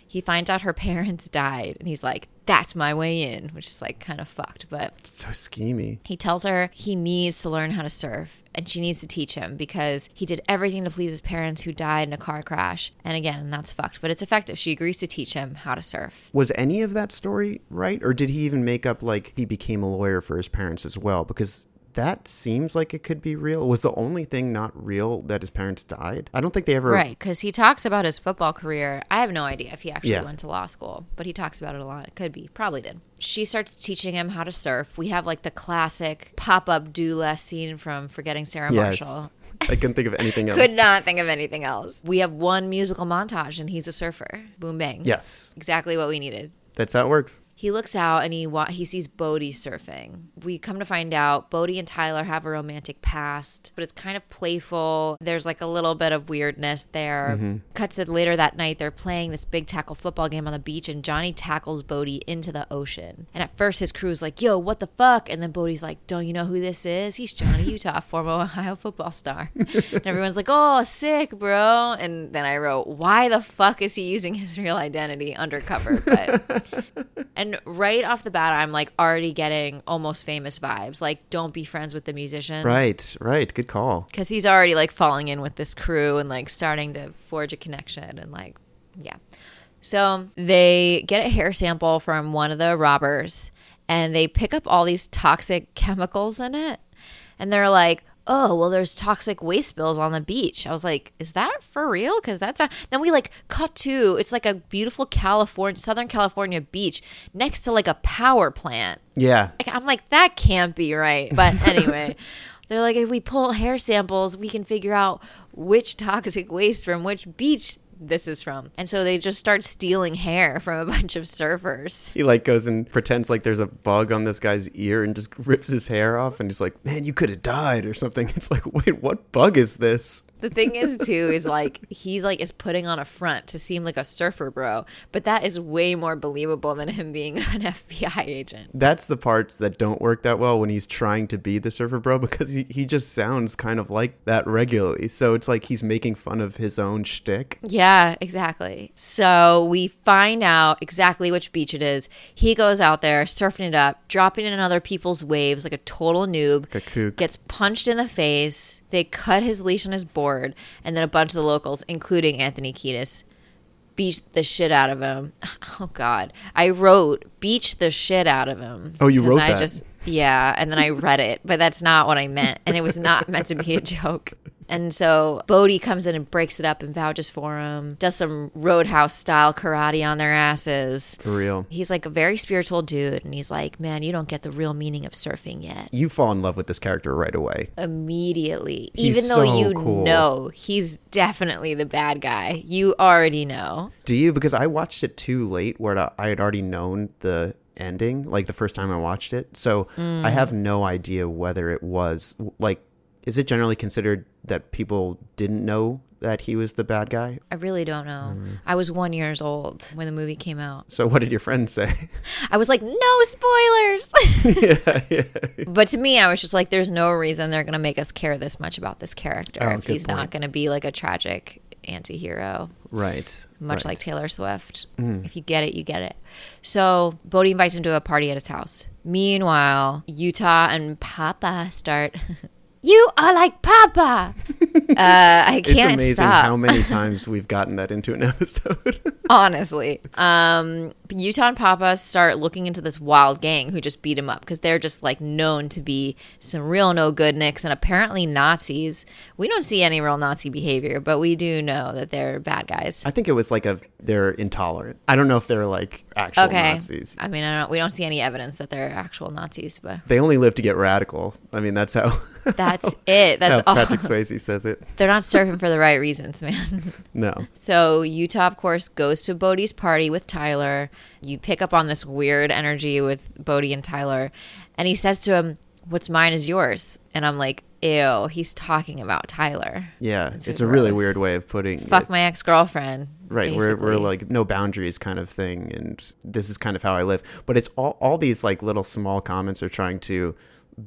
Speaker 1: He finds out her parents died, and he's like, That's my way in, which is like kind of fucked. But
Speaker 2: So schemy.
Speaker 1: he tells her he needs to learn how to surf and she needs to teach him because he did everything to please his parents who died in a car crash. And again, that's fucked, but it's effective. She agrees to teach him how to surf.
Speaker 2: Was any of that story right? Or did he even make up like he became a lawyer for his parents as well? Because that seems like it could be real. Was the only thing not real that his parents died? I don't think they ever
Speaker 1: Right, because he talks about his football career. I have no idea if he actually
Speaker 2: Yeah.
Speaker 1: went to law school, but he talks about it a lot. It could be, probably did. She starts teaching him how to surf. We have like the classic pop up do less scene from Forgetting Sarah
Speaker 2: Yes.
Speaker 1: Marshall.
Speaker 2: I couldn't think of anything else.
Speaker 1: Could not think of anything else. We have one musical montage and he's a surfer. Boom bang.
Speaker 2: Yes.
Speaker 1: Exactly what we needed.
Speaker 2: That's how it works.
Speaker 1: He looks out and he wa- he sees Bodie surfing. We come to find out Bodie and Tyler have a romantic past, but it's kind of playful. There's like a little bit of weirdness there. Cut to later that night, they're playing this big tackle football game on the beach, and Johnny tackles Bodie into the ocean. And at first, his crew's like, "Yo, what the fuck?" And then Bodie's like, "Don't you know who this is? He's Johnny Utah, former Ohio football star." and everyone's like, "Oh, sick, bro." And then I wrote, "Why the fuck is he using his real identity undercover?" But. And right off the bat, I'm like already getting almost famous vibes. Like, don't be friends with the musicians.
Speaker 2: Right, right. Good call.
Speaker 1: Because he's already like falling in with this crew and like starting to forge a connection. And like, yeah. So they get a hair sample from one of the robbers and they pick up all these toxic chemicals in it. And they're like, oh, well, there's toxic waste spills on the beach. I was like, is that for real? Because that's not. Then we like cut to it's like a beautiful California, Southern California beach next to like a power plant.
Speaker 2: Yeah.
Speaker 1: Like, I'm like, that can't be right. But anyway, they're like, if we pull hair samples, we can figure out which toxic waste from which beach this is from. And so they just start stealing hair from a bunch of surfers.
Speaker 2: He like goes and pretends like there's a bug on this guy's ear and just rips his hair off and he's like, "Man, you could have died" or something. It's like, "Wait, what bug is this?"
Speaker 1: The thing is, too, is like he like is putting on a front to seem like a surfer bro, but that is way more believable than him being an FBI agent.
Speaker 2: That's the parts that don't work that well when he's trying to be the surfer bro because he, he just sounds kind of like that regularly. So it's like he's making fun of his own shtick.
Speaker 1: Yeah, exactly. So we find out exactly which beach it is. He goes out there surfing it up, dropping in other people's waves like a total noob.
Speaker 2: A kook.
Speaker 1: Gets punched in the face. They cut his leash on his board, and then a bunch of the locals, including Anthony Kiedis, beat the shit out of him. Oh God, I wrote "beach the shit out of him."
Speaker 2: Oh, you
Speaker 1: 'cause
Speaker 2: wrote
Speaker 1: I
Speaker 2: that.
Speaker 1: Just, yeah, and then I read it, but that's not what I meant, and it was not meant to be a joke. And so Bodhi comes in and breaks it up and vouches for him. Does some roadhouse style karate on their asses.
Speaker 2: For real.
Speaker 1: He's like a very spiritual dude, and he's like, "Man, you don't get the real meaning of surfing yet."
Speaker 2: You fall in love with this character right away.
Speaker 1: Immediately,
Speaker 2: He's
Speaker 1: even though
Speaker 2: so
Speaker 1: you
Speaker 2: cool.
Speaker 1: know he's definitely the bad guy, you already know.
Speaker 2: Do you? Because I watched it too late where I- I had already known the ending, like the first time I watched it. So
Speaker 1: Mm.
Speaker 2: I have no idea whether it was like, is it generally considered that people didn't know that he was the bad guy?
Speaker 1: I really don't know.
Speaker 2: Mm.
Speaker 1: I was one years old when the movie came out.
Speaker 2: So what did your friend say?
Speaker 1: I was like, no spoilers.
Speaker 2: yeah, yeah.
Speaker 1: but to me, I was just like, there's no reason they're going to make us care this much about this character
Speaker 2: Oh,
Speaker 1: if
Speaker 2: good
Speaker 1: he's not going to be like a tragic anti-hero
Speaker 2: Right.
Speaker 1: much
Speaker 2: right. Mm-hmm.
Speaker 1: like Taylor Swift. If you get it, you get it. So Bodhi invites him to a party at his house. Meanwhile, Utah and Papa start. you are like Papa. uh, I
Speaker 2: It's
Speaker 1: can't
Speaker 2: amazing
Speaker 1: stop.
Speaker 2: how many times we've gotten that into an episode.
Speaker 1: honestly. Um, Utah and Papa start looking into this wild gang who just beat him up because they're just like known to be some real no good nicks and apparently Nazis. We don't see any real Nazi behavior, but we do know that they're bad guys.
Speaker 2: I think it was like a they're intolerant. I don't know if they're like actual
Speaker 1: Okay.
Speaker 2: Nazis.
Speaker 1: I mean, I don't. We don't see any evidence that they're actual Nazis, but
Speaker 2: They only live to get radical. I mean, that's how
Speaker 1: that's it.
Speaker 2: how
Speaker 1: That's all.
Speaker 2: Patrick Swayze says it.
Speaker 1: They're not surfing for the right reasons, man.
Speaker 2: No.
Speaker 1: So Utah, of course, goes to Bodhi's party with Tyler. You pick up on this weird energy with Bodhi and Tyler, and he says to him, "What's mine is yours." And I'm like, "Ew, he's talking about Tyler.
Speaker 2: Yeah, it's,
Speaker 1: It's
Speaker 2: a really
Speaker 1: gross.
Speaker 2: weird way of putting
Speaker 1: Fuck
Speaker 2: it.
Speaker 1: my ex girlfriend."
Speaker 2: Right, we're, we're like no boundaries kind of thing, and this is kind of how I live. But it's all all these like little small comments are trying to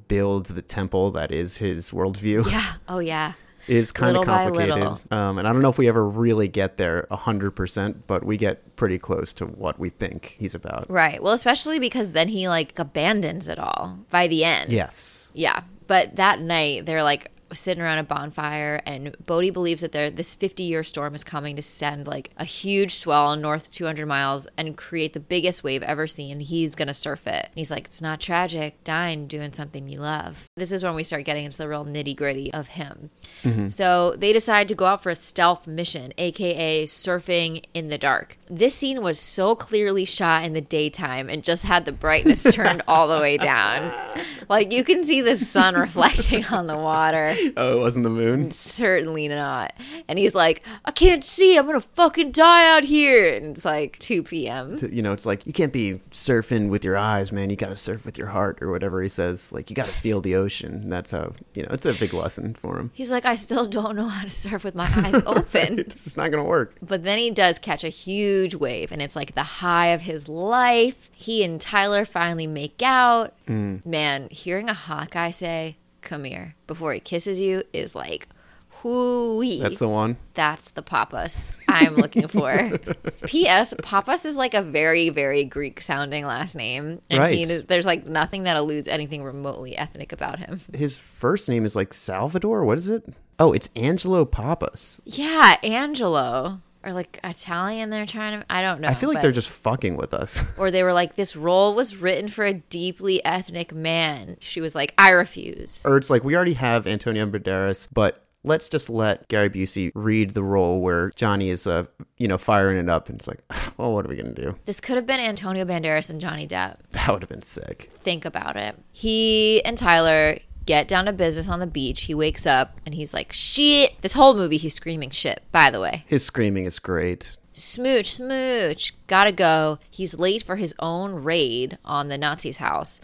Speaker 2: build the temple that is his worldview.
Speaker 1: yeah, oh yeah.
Speaker 2: is kind of
Speaker 1: Little by
Speaker 2: complicated.
Speaker 1: little.
Speaker 2: Um, and I don't know if we ever really get there 100%, but we get pretty close to what we think he's about.
Speaker 1: Right. Well, especially because then he like abandons it all by the end.
Speaker 2: Yes.
Speaker 1: Yeah. But that night, they're like sitting around a bonfire, and Bodhi believes that there this 50 year storm is coming to send like a huge swell north 200 miles and create the biggest wave ever seen. He's going to surf it. And he's like, It's not tragic, dying doing something you love. This is when we start getting into the real nitty gritty of him. So they decide to go out for a stealth mission, aka surfing in the dark. This scene was so clearly shot in the daytime and just had the brightness turned all the way down. Like you can see the sun reflecting on the water.
Speaker 2: Oh, it wasn't the moon?
Speaker 1: Certainly not. And he's like, I can't see. I'm going to fucking die out here. And it's like 2 p.m.
Speaker 2: You know, it's like you can't be surfing with your eyes, man. You got to surf with your heart or whatever he says. Like you got to feel the ocean. And That's how, you know, it's a big lesson for him.
Speaker 1: He's like, I still don't know how to surf with my eyes open.
Speaker 2: It's not going to work.
Speaker 1: But then he does catch a huge wave, and it's like the high of his life. He and Tyler finally make out.
Speaker 2: Mm.
Speaker 1: Man, hearing a Hawkeye say, Come here, before he kisses you is like, Hooey.
Speaker 2: That's the one.
Speaker 1: That's the Papas I'm looking for. P.S. Papas is like a very, very Greek sounding last name. And he,
Speaker 2: Right.
Speaker 1: there's like nothing that alludes anything remotely ethnic about him.
Speaker 2: His first name is like Salvador. What is it? Oh, it's Angelo Papas.
Speaker 1: Yeah, Angelo. Or like Italian, they're trying to. I don't know.
Speaker 2: I feel like they're just fucking with us.
Speaker 1: or they were like, this role was written for a deeply ethnic man. She was like, I refuse.
Speaker 2: or it's like we already have Antonio Banderas, but let's just let Gary Busey read the role where Johnny is, uh, you know, firing it up, and it's like, well, what are we gonna do?
Speaker 1: This could have been Antonio Banderas and Johnny Depp.
Speaker 2: That would have been sick.
Speaker 1: Think about it. He and Tyler get down to business on the beach. He wakes up and he's like, shit. This whole movie, he's screaming shit, by the way.
Speaker 2: His screaming is great.
Speaker 1: Smooch, smooch, gotta go. He's late for his own raid on the Nazis' house,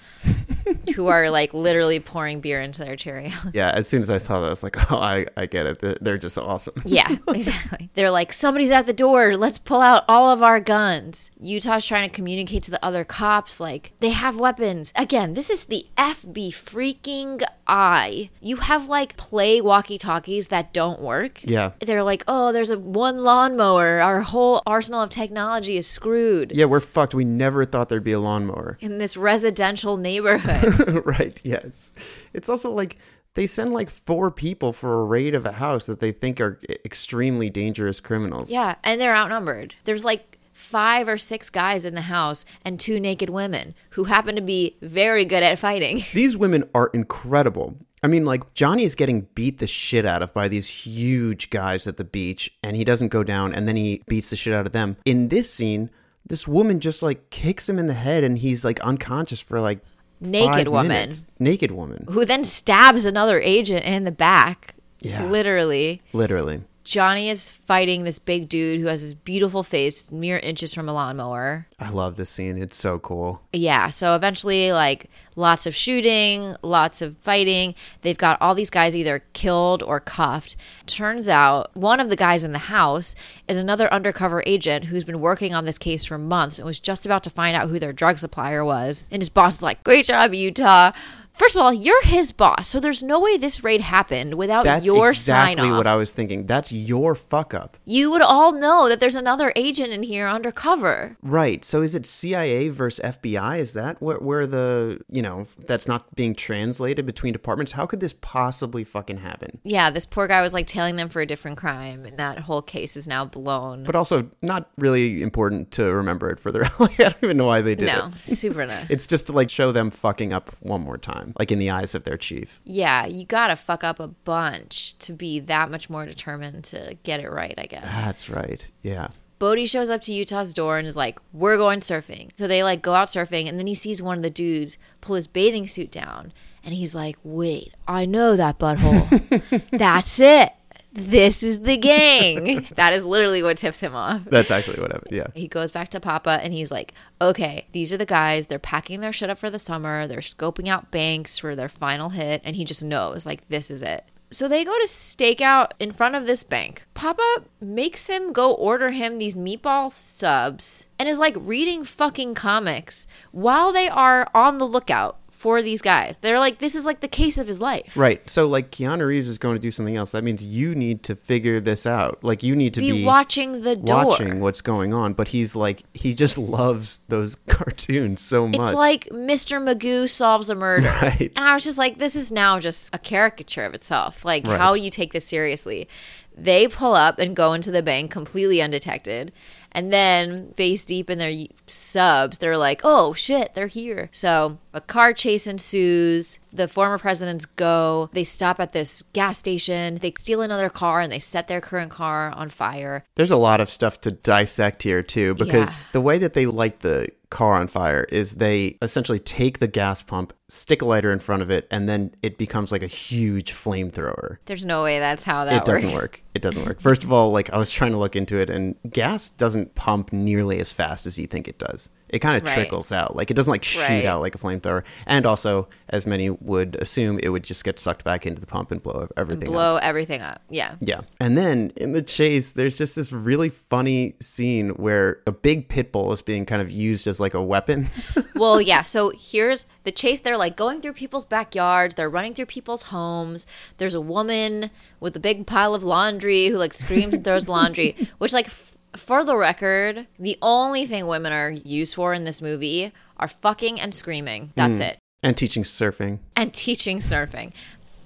Speaker 1: who are like literally pouring beer into their Cheerios.
Speaker 2: Yeah, as soon as I saw that, I was like, oh, I, I get it. They're- They're just awesome.
Speaker 1: Yeah, exactly. They're like, somebody's at the door. Let's pull out all of our guns. Utah's trying to communicate to the other cops, like, they have weapons. Again, this is the FB freaking I. You have like play walkie talkies that don't work.
Speaker 2: Yeah.
Speaker 1: They're like, oh, there's a one lawnmower. Our whole arsenal of technology is screwed
Speaker 2: Yeah, we're fucked. We never thought there'd be a lawnmower.
Speaker 1: in this residential neighborhood.
Speaker 2: right, yes. It's also like they send like four people for a raid of a house that they think are e-, extremely dangerous criminals.
Speaker 1: yeah, and they're outnumbered. There's like five or six guys in the house and two naked women who happen to be very good at fighting.
Speaker 2: These women are incredible. I mean, like, Johnny is getting beat the shit out of by these huge guys at the beach, and he doesn't go down, and then he beats the shit out of them. In this scene, this woman just like kicks him in the head, and he's like unconscious for like
Speaker 1: Naked
Speaker 2: five
Speaker 1: woman.
Speaker 2: minutes. Naked woman,
Speaker 1: who then stabs another agent in the back.
Speaker 2: Yeah.
Speaker 1: Literally.
Speaker 2: literally.
Speaker 1: Johnny is fighting this big dude who has this beautiful face, mere inches from a lawnmower.
Speaker 2: I love this scene. It's so cool.
Speaker 1: Yeah. So eventually, like, lots of shooting, lots of fighting. They've got all these guys either killed or cuffed. Turns out one of the guys in the house is another undercover agent who's been working on this case for months and was just about to find out who their drug supplier was. And his boss is like, Great job, Utah. First of all, you're his boss. So there's no way this raid happened without
Speaker 2: That's
Speaker 1: your
Speaker 2: exactly
Speaker 1: sign off.
Speaker 2: what I was thinking. That's your fuck up.
Speaker 1: you would all know that there's another agent in here undercover.
Speaker 2: Right. So is it CIA versus FBI? Is that where, where the, you know, that's not being translated between departments? How could this possibly fucking happen?
Speaker 1: Yeah, this poor guy was like tailing them for a different crime, and that whole case is now blown.
Speaker 2: But also not really important to remember it for the like, I don't even know why they did
Speaker 1: No,
Speaker 2: it.
Speaker 1: super not.
Speaker 2: It's just to like show them fucking up one more time, like in the eyes of their chief.
Speaker 1: Yeah, you gotta fuck up a bunch to be that much more determined to get it right, I guess.
Speaker 2: That's right. Yeah.
Speaker 1: Bodhi shows up to Utah's door and is like, We're going surfing. So they like go out surfing, and then he sees one of the dudes pull his bathing suit down, and he's like, Wait, I know that butthole. That's it. This is the gang. that is literally what tips him off.
Speaker 2: That's actually what happened. Yeah.
Speaker 1: He goes back to Papa and he's like, okay, these are the guys. They're packing their shit up for the summer. They're scoping out banks for their final hit. And he just knows, like, this is it. So they go to stake out in front of this bank. Papa makes him go order him these meatball subs and is like reading fucking comics while they are on the lookout for these guys. They're like, this is like the case of his life.
Speaker 2: Right. So like Keanu Reeves is going to do something else. That means you need to figure this out. Like you need to
Speaker 1: Be,
Speaker 2: be,
Speaker 1: watching the door.
Speaker 2: watching what's going on, but he's like he just loves those cartoons so much.
Speaker 1: It's like Mr. Magoo solves a murder.
Speaker 2: Right.
Speaker 1: And I was just like, this is now just a caricature of itself. Like,
Speaker 2: Right.
Speaker 1: how do you take this seriously? They pull up and go into the bank completely undetected. And then, face deep in their y- subs, they're like, oh shit, they're here. So, a car chase ensues. The former presidents go. They stop at this gas station. They steal another car and they set their current car on fire.
Speaker 2: There's a lot of stuff to dissect here too because
Speaker 1: Yeah.
Speaker 2: the way that they light the car on fire is they essentially take the gas pump, stick a lighter in front of it, and then it becomes like a huge flamethrower.
Speaker 1: There's no way that's how that
Speaker 2: It doesn't
Speaker 1: works.
Speaker 2: work. It doesn't work. First of all, like I was trying to look into it and gas doesn't pump nearly as fast as you think it does. It kind of
Speaker 1: Right.
Speaker 2: trickles out. Like it doesn't like shoot
Speaker 1: Right.
Speaker 2: out like a flamethrower. And also, as many would assume, it would just get sucked back into the pump and blow everything up.
Speaker 1: Blow everything up. Yeah.
Speaker 2: Yeah. And then in the chase, there's just this really funny scene where a big pit bull is being kind of used as like a weapon.
Speaker 1: well, yeah. So here's the chase. They're like going through people's backyards. They're running through people's homes. There's a woman with a big pile of laundry who like screams and throws laundry, which like. F- for the record, the only thing women are used for in this movie are fucking and screaming.
Speaker 2: Mm.
Speaker 1: That's it.
Speaker 2: and teaching surfing.
Speaker 1: And teaching surfing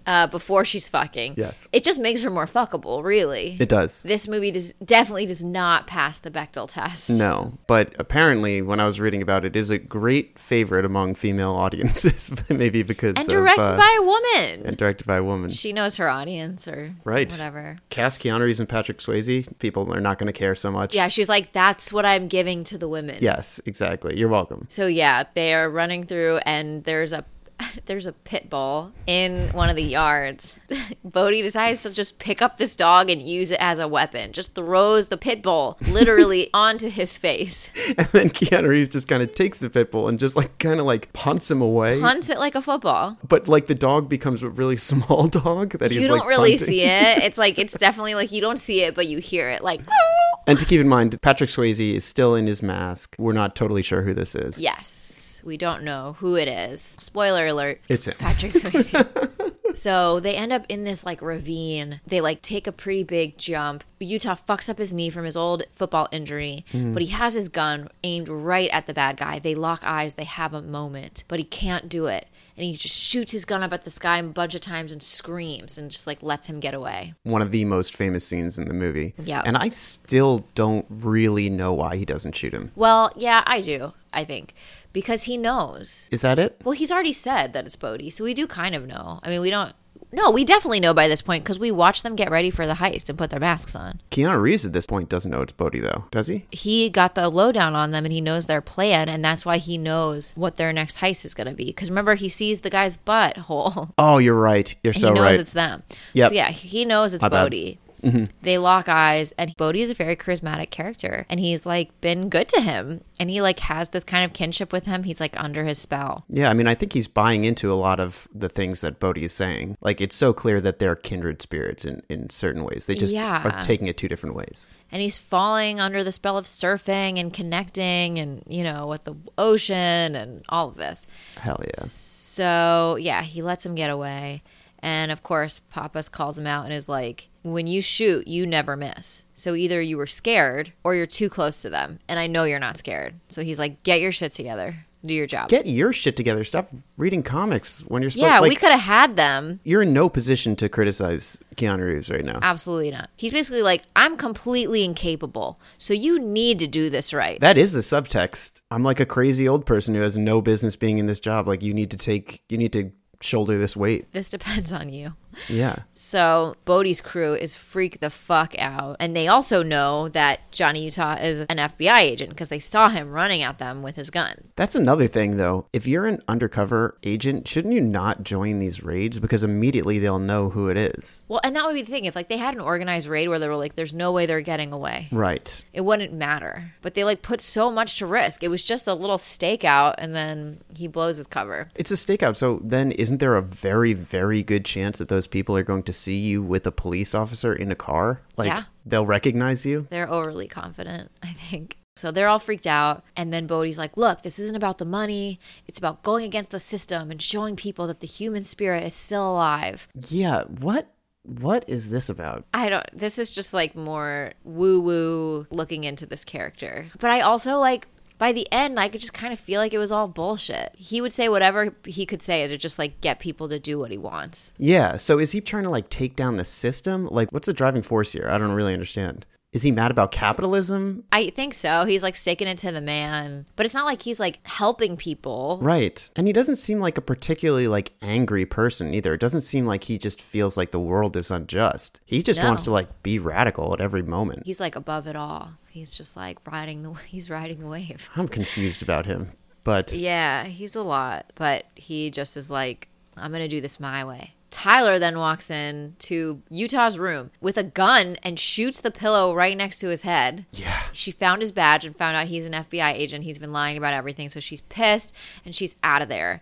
Speaker 1: uh, before she's fucking.
Speaker 2: Yes.
Speaker 1: It just makes her more fuckable, really.
Speaker 2: It does.
Speaker 1: this movie does definitely does not pass the Bechtel test.
Speaker 2: No, but apparently, when I was reading about it, it is a great favorite among female audiences, maybe because
Speaker 1: And
Speaker 2: of,
Speaker 1: directed
Speaker 2: uh,
Speaker 1: by a woman.
Speaker 2: and directed by a woman.
Speaker 1: she knows her audience or
Speaker 2: Right.
Speaker 1: whatever.
Speaker 2: Cast Keanu Reeves and Patrick Swayze. People are not going to care so much.
Speaker 1: Yeah, she's like, that's what I'm giving to the women.
Speaker 2: Yes, exactly. You're welcome.
Speaker 1: So yeah, they are running through, and there's a there's a pit bull in one of the yards. Bodhi decides to just pick up this dog and use it as a weapon. Just throws the pit bull literally onto his face.
Speaker 2: And then Keanu Reeves just kind of takes the pit bull and just like kind of like punts him away.
Speaker 1: Punts it like a football.
Speaker 2: but like the dog becomes a really small dog that he's
Speaker 1: you don't
Speaker 2: like,
Speaker 1: really
Speaker 2: punting.
Speaker 1: see it. It's like it's definitely like you don't see it, but you hear it like
Speaker 2: And to keep in mind, Patrick Swayze is still in his mask. We're not totally sure who this is.
Speaker 1: Yes. We don't know who it is. Spoiler alert.
Speaker 2: It's him.
Speaker 1: Patrick Swayze. so they end up in this like ravine. They like take a pretty big jump. Utah fucks up his knee from his old football injury,
Speaker 2: Hmm.
Speaker 1: but he has his gun aimed right at the bad guy. They lock eyes. They have a moment, but he can't do it. And he just shoots his gun up at the sky a bunch of times and screams and just like lets him get away.
Speaker 2: One of the most famous scenes in the movie.
Speaker 1: Yeah.
Speaker 2: And I still don't really know why he doesn't shoot him.
Speaker 1: Well, yeah, I do, I think, because he knows
Speaker 2: Is that it?
Speaker 1: Well, he's already said that it's Bodhi, so we do kind of know. I mean, we don't. No, we definitely know by this point because we watched them get ready for the heist and put their masks on.
Speaker 2: Keanu Reeves at this point doesn't know it's Bodhi, though, does he?
Speaker 1: He got the lowdown on them and he knows their plan, and that's why he knows what their next heist is going to be. Because remember, he sees the guy's butthole.
Speaker 2: Oh, you're right. You're so
Speaker 1: he knows
Speaker 2: right.
Speaker 1: it's them.
Speaker 2: Yep.
Speaker 1: So yeah, he knows it's
Speaker 2: bad. Mm-hmm.
Speaker 1: Bodhi. They lock eyes, and Bodhi is a very charismatic character, and he's like been good to him, and he like has this kind of kinship with him. He's like under his spell.
Speaker 2: Yeah, I mean, I think he's buying into a lot of the things that Bodhi is saying. Like, it's so clear that they're kindred spirits in, in certain ways. They just
Speaker 1: Yeah.
Speaker 2: are taking it two different ways.
Speaker 1: and he's falling under the spell of surfing and connecting and you know with the ocean and all of this
Speaker 2: Hell yeah.
Speaker 1: so yeah he lets him get away and of course papas calls him out and is like when you shoot you never miss so either you were scared or you're too close to them and i know you're not scared so he's like get your shit together do your job
Speaker 2: Get your shit together. Stop reading comics when you're supposed
Speaker 1: yeah
Speaker 2: like,
Speaker 1: we could have had them
Speaker 2: You're in no position to criticize Keanu Reeves right now.
Speaker 1: absolutely not he's basically like i'm completely incapable so you need to do this right
Speaker 2: that is the subtext. I'm like a crazy old person who has no business being in this job. Like, you need to take, you need to shoulder this weight.
Speaker 1: this depends on you
Speaker 2: Yeah.
Speaker 1: So Bodhi's crew is freak the fuck out. And they also know that Johnny Utah is an FBI agent because they saw him running at them with his gun.
Speaker 2: That's another thing, though. If you're an undercover agent, shouldn't you not join these raids? Because immediately they'll know who it is.
Speaker 1: Well, and that would be the thing. If like they had an organized raid where they were like, there's no way they're getting away.
Speaker 2: Right.
Speaker 1: It wouldn't matter. But they like put so much to risk. It was just a little stakeout and then he blows his cover.
Speaker 2: It's a stakeout. So then, isn't there a very, very good chance that those people are going to see you with a police officer in a car? Like,
Speaker 1: Yeah.
Speaker 2: they'll recognize you?
Speaker 1: They're overly confident, I think. So they're all freaked out. And then Bodhi's like, look, this isn't about the money. It's about going against the system and showing people that the human spirit is still alive.
Speaker 2: Yeah. What? What is this about?
Speaker 1: I don't. This is just like more woo woo looking into this character. But I also like by the end, I could just kind of feel like it was all bullshit. He would say whatever he could say to just like get people to do what he wants.
Speaker 2: Yeah. So is he trying to like take down the system? Like, what's the driving force here? I don't really understand. Is he mad about capitalism?
Speaker 1: I think so. He's like sticking it to the man, but it's not like he's like helping people.
Speaker 2: Right. And he doesn't seem like a particularly like angry person either. It doesn't seem like he just feels like the world is unjust. He just
Speaker 1: No.
Speaker 2: wants to like be radical at every moment.
Speaker 1: He's like above it all. He's just like riding the. He's riding the wave.
Speaker 2: I'm confused about him. But
Speaker 1: Yeah, he's a lot, but he just is like, I'm going to do this my way. Tyler then walks in to Utah's room with a gun and shoots the pillow right next to his head.
Speaker 2: yeah.
Speaker 1: She found his badge and found out he's an FBI agent. He's been lying about everything, so she's pissed and she's out of there.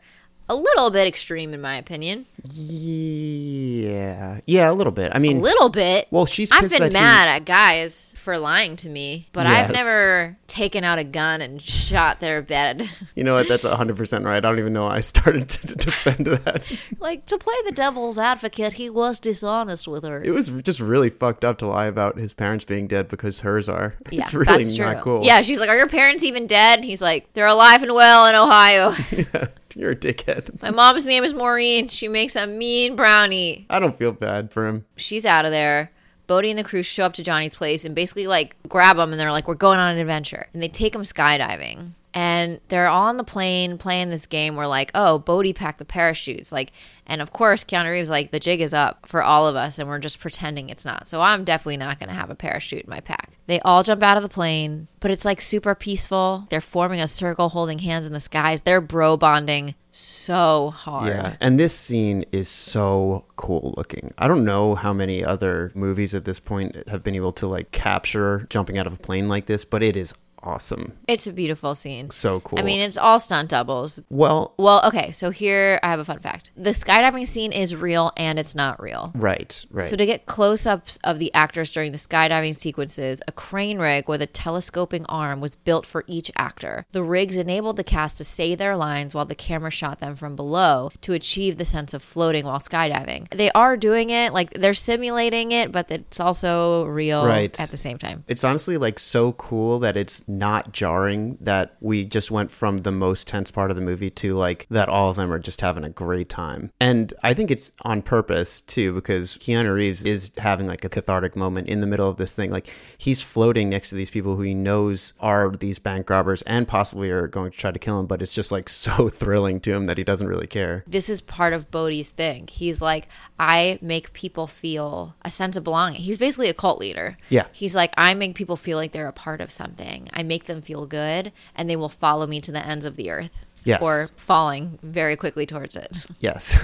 Speaker 1: A little bit extreme, in my opinion.
Speaker 2: Yeah. Yeah, a little bit. I mean,
Speaker 1: Little bit.
Speaker 2: well, she's
Speaker 1: I've
Speaker 2: pissed
Speaker 1: been
Speaker 2: that
Speaker 1: mad
Speaker 2: he-
Speaker 1: at guys for lying to me, but I've
Speaker 2: Yes.
Speaker 1: never taken out a gun and shot their bed.
Speaker 2: you know what? That's 100% right. I don't even know why I started to defend that.
Speaker 1: Like to play the devil's advocate, he was dishonest with her.
Speaker 2: It was just really fucked up to lie about his parents being dead because hers are.
Speaker 1: Yeah,
Speaker 2: it's really
Speaker 1: that's true.
Speaker 2: not cool.
Speaker 1: Yeah, she's like, "Are your parents even dead?" And he's like, "They're alive and well in Ohio.
Speaker 2: You're a dickhead.
Speaker 1: My mom's name is Maureen. She makes a mean brownie."
Speaker 2: I don't feel bad for him.
Speaker 1: She's out of there. Bodie and the crew show up to Johnny's place and basically like grab him and they're like, "We're going on an adventure." And they take him skydiving. And they're all on the plane playing this game where like, oh, Bodhi packed the parachutes. Like and of course Keanu Reeves like the jig is up for all of us and we're just pretending it's not. So I'm definitely not gonna have a parachute in my pack. They all jump out of the plane, but it's like super peaceful. They're forming a circle holding hands in the skies. They're bro bonding so hard.
Speaker 2: Yeah, and this scene is so cool looking. I don't know how many other movies at this point have been able to like capture jumping out of a plane like this, but it is awesome.
Speaker 1: It's a beautiful scene.
Speaker 2: So cool.
Speaker 1: I mean, it's all stunt doubles.
Speaker 2: well,
Speaker 1: Well, okay, so here I have a fun fact. The skydiving scene is real and it's not real.
Speaker 2: right, right.
Speaker 1: So to get close-ups of the actors during the skydiving sequences, a crane rig with a telescoping arm was built for each actor. The rigs enabled the cast to say their lines while the camera shot them from below to achieve the sense of floating while skydiving. They are doing it, like they're simulating it, but it's also real
Speaker 2: Right.
Speaker 1: at the same time.
Speaker 2: it's honestly like so cool that it's not jarring that we just went from the most tense part of the movie to like that all of them are just having a great time. And I think it's on purpose too because Keanu Reeves is having like a cathartic moment in the middle of this thing. Like he's floating next to these people who he knows are these bank robbers and possibly are going to try to kill him, but it's just like so thrilling to him that he doesn't really care.
Speaker 1: this is part of Bodhi's thing. He's like, I make people feel a sense of belonging. He's basically a cult leader.
Speaker 2: Yeah.
Speaker 1: He's like, I make people feel like they're a part of something. I make them feel good and they will follow me to the ends of the earth.
Speaker 2: Yes.
Speaker 1: Or falling very quickly towards it.
Speaker 2: Yes.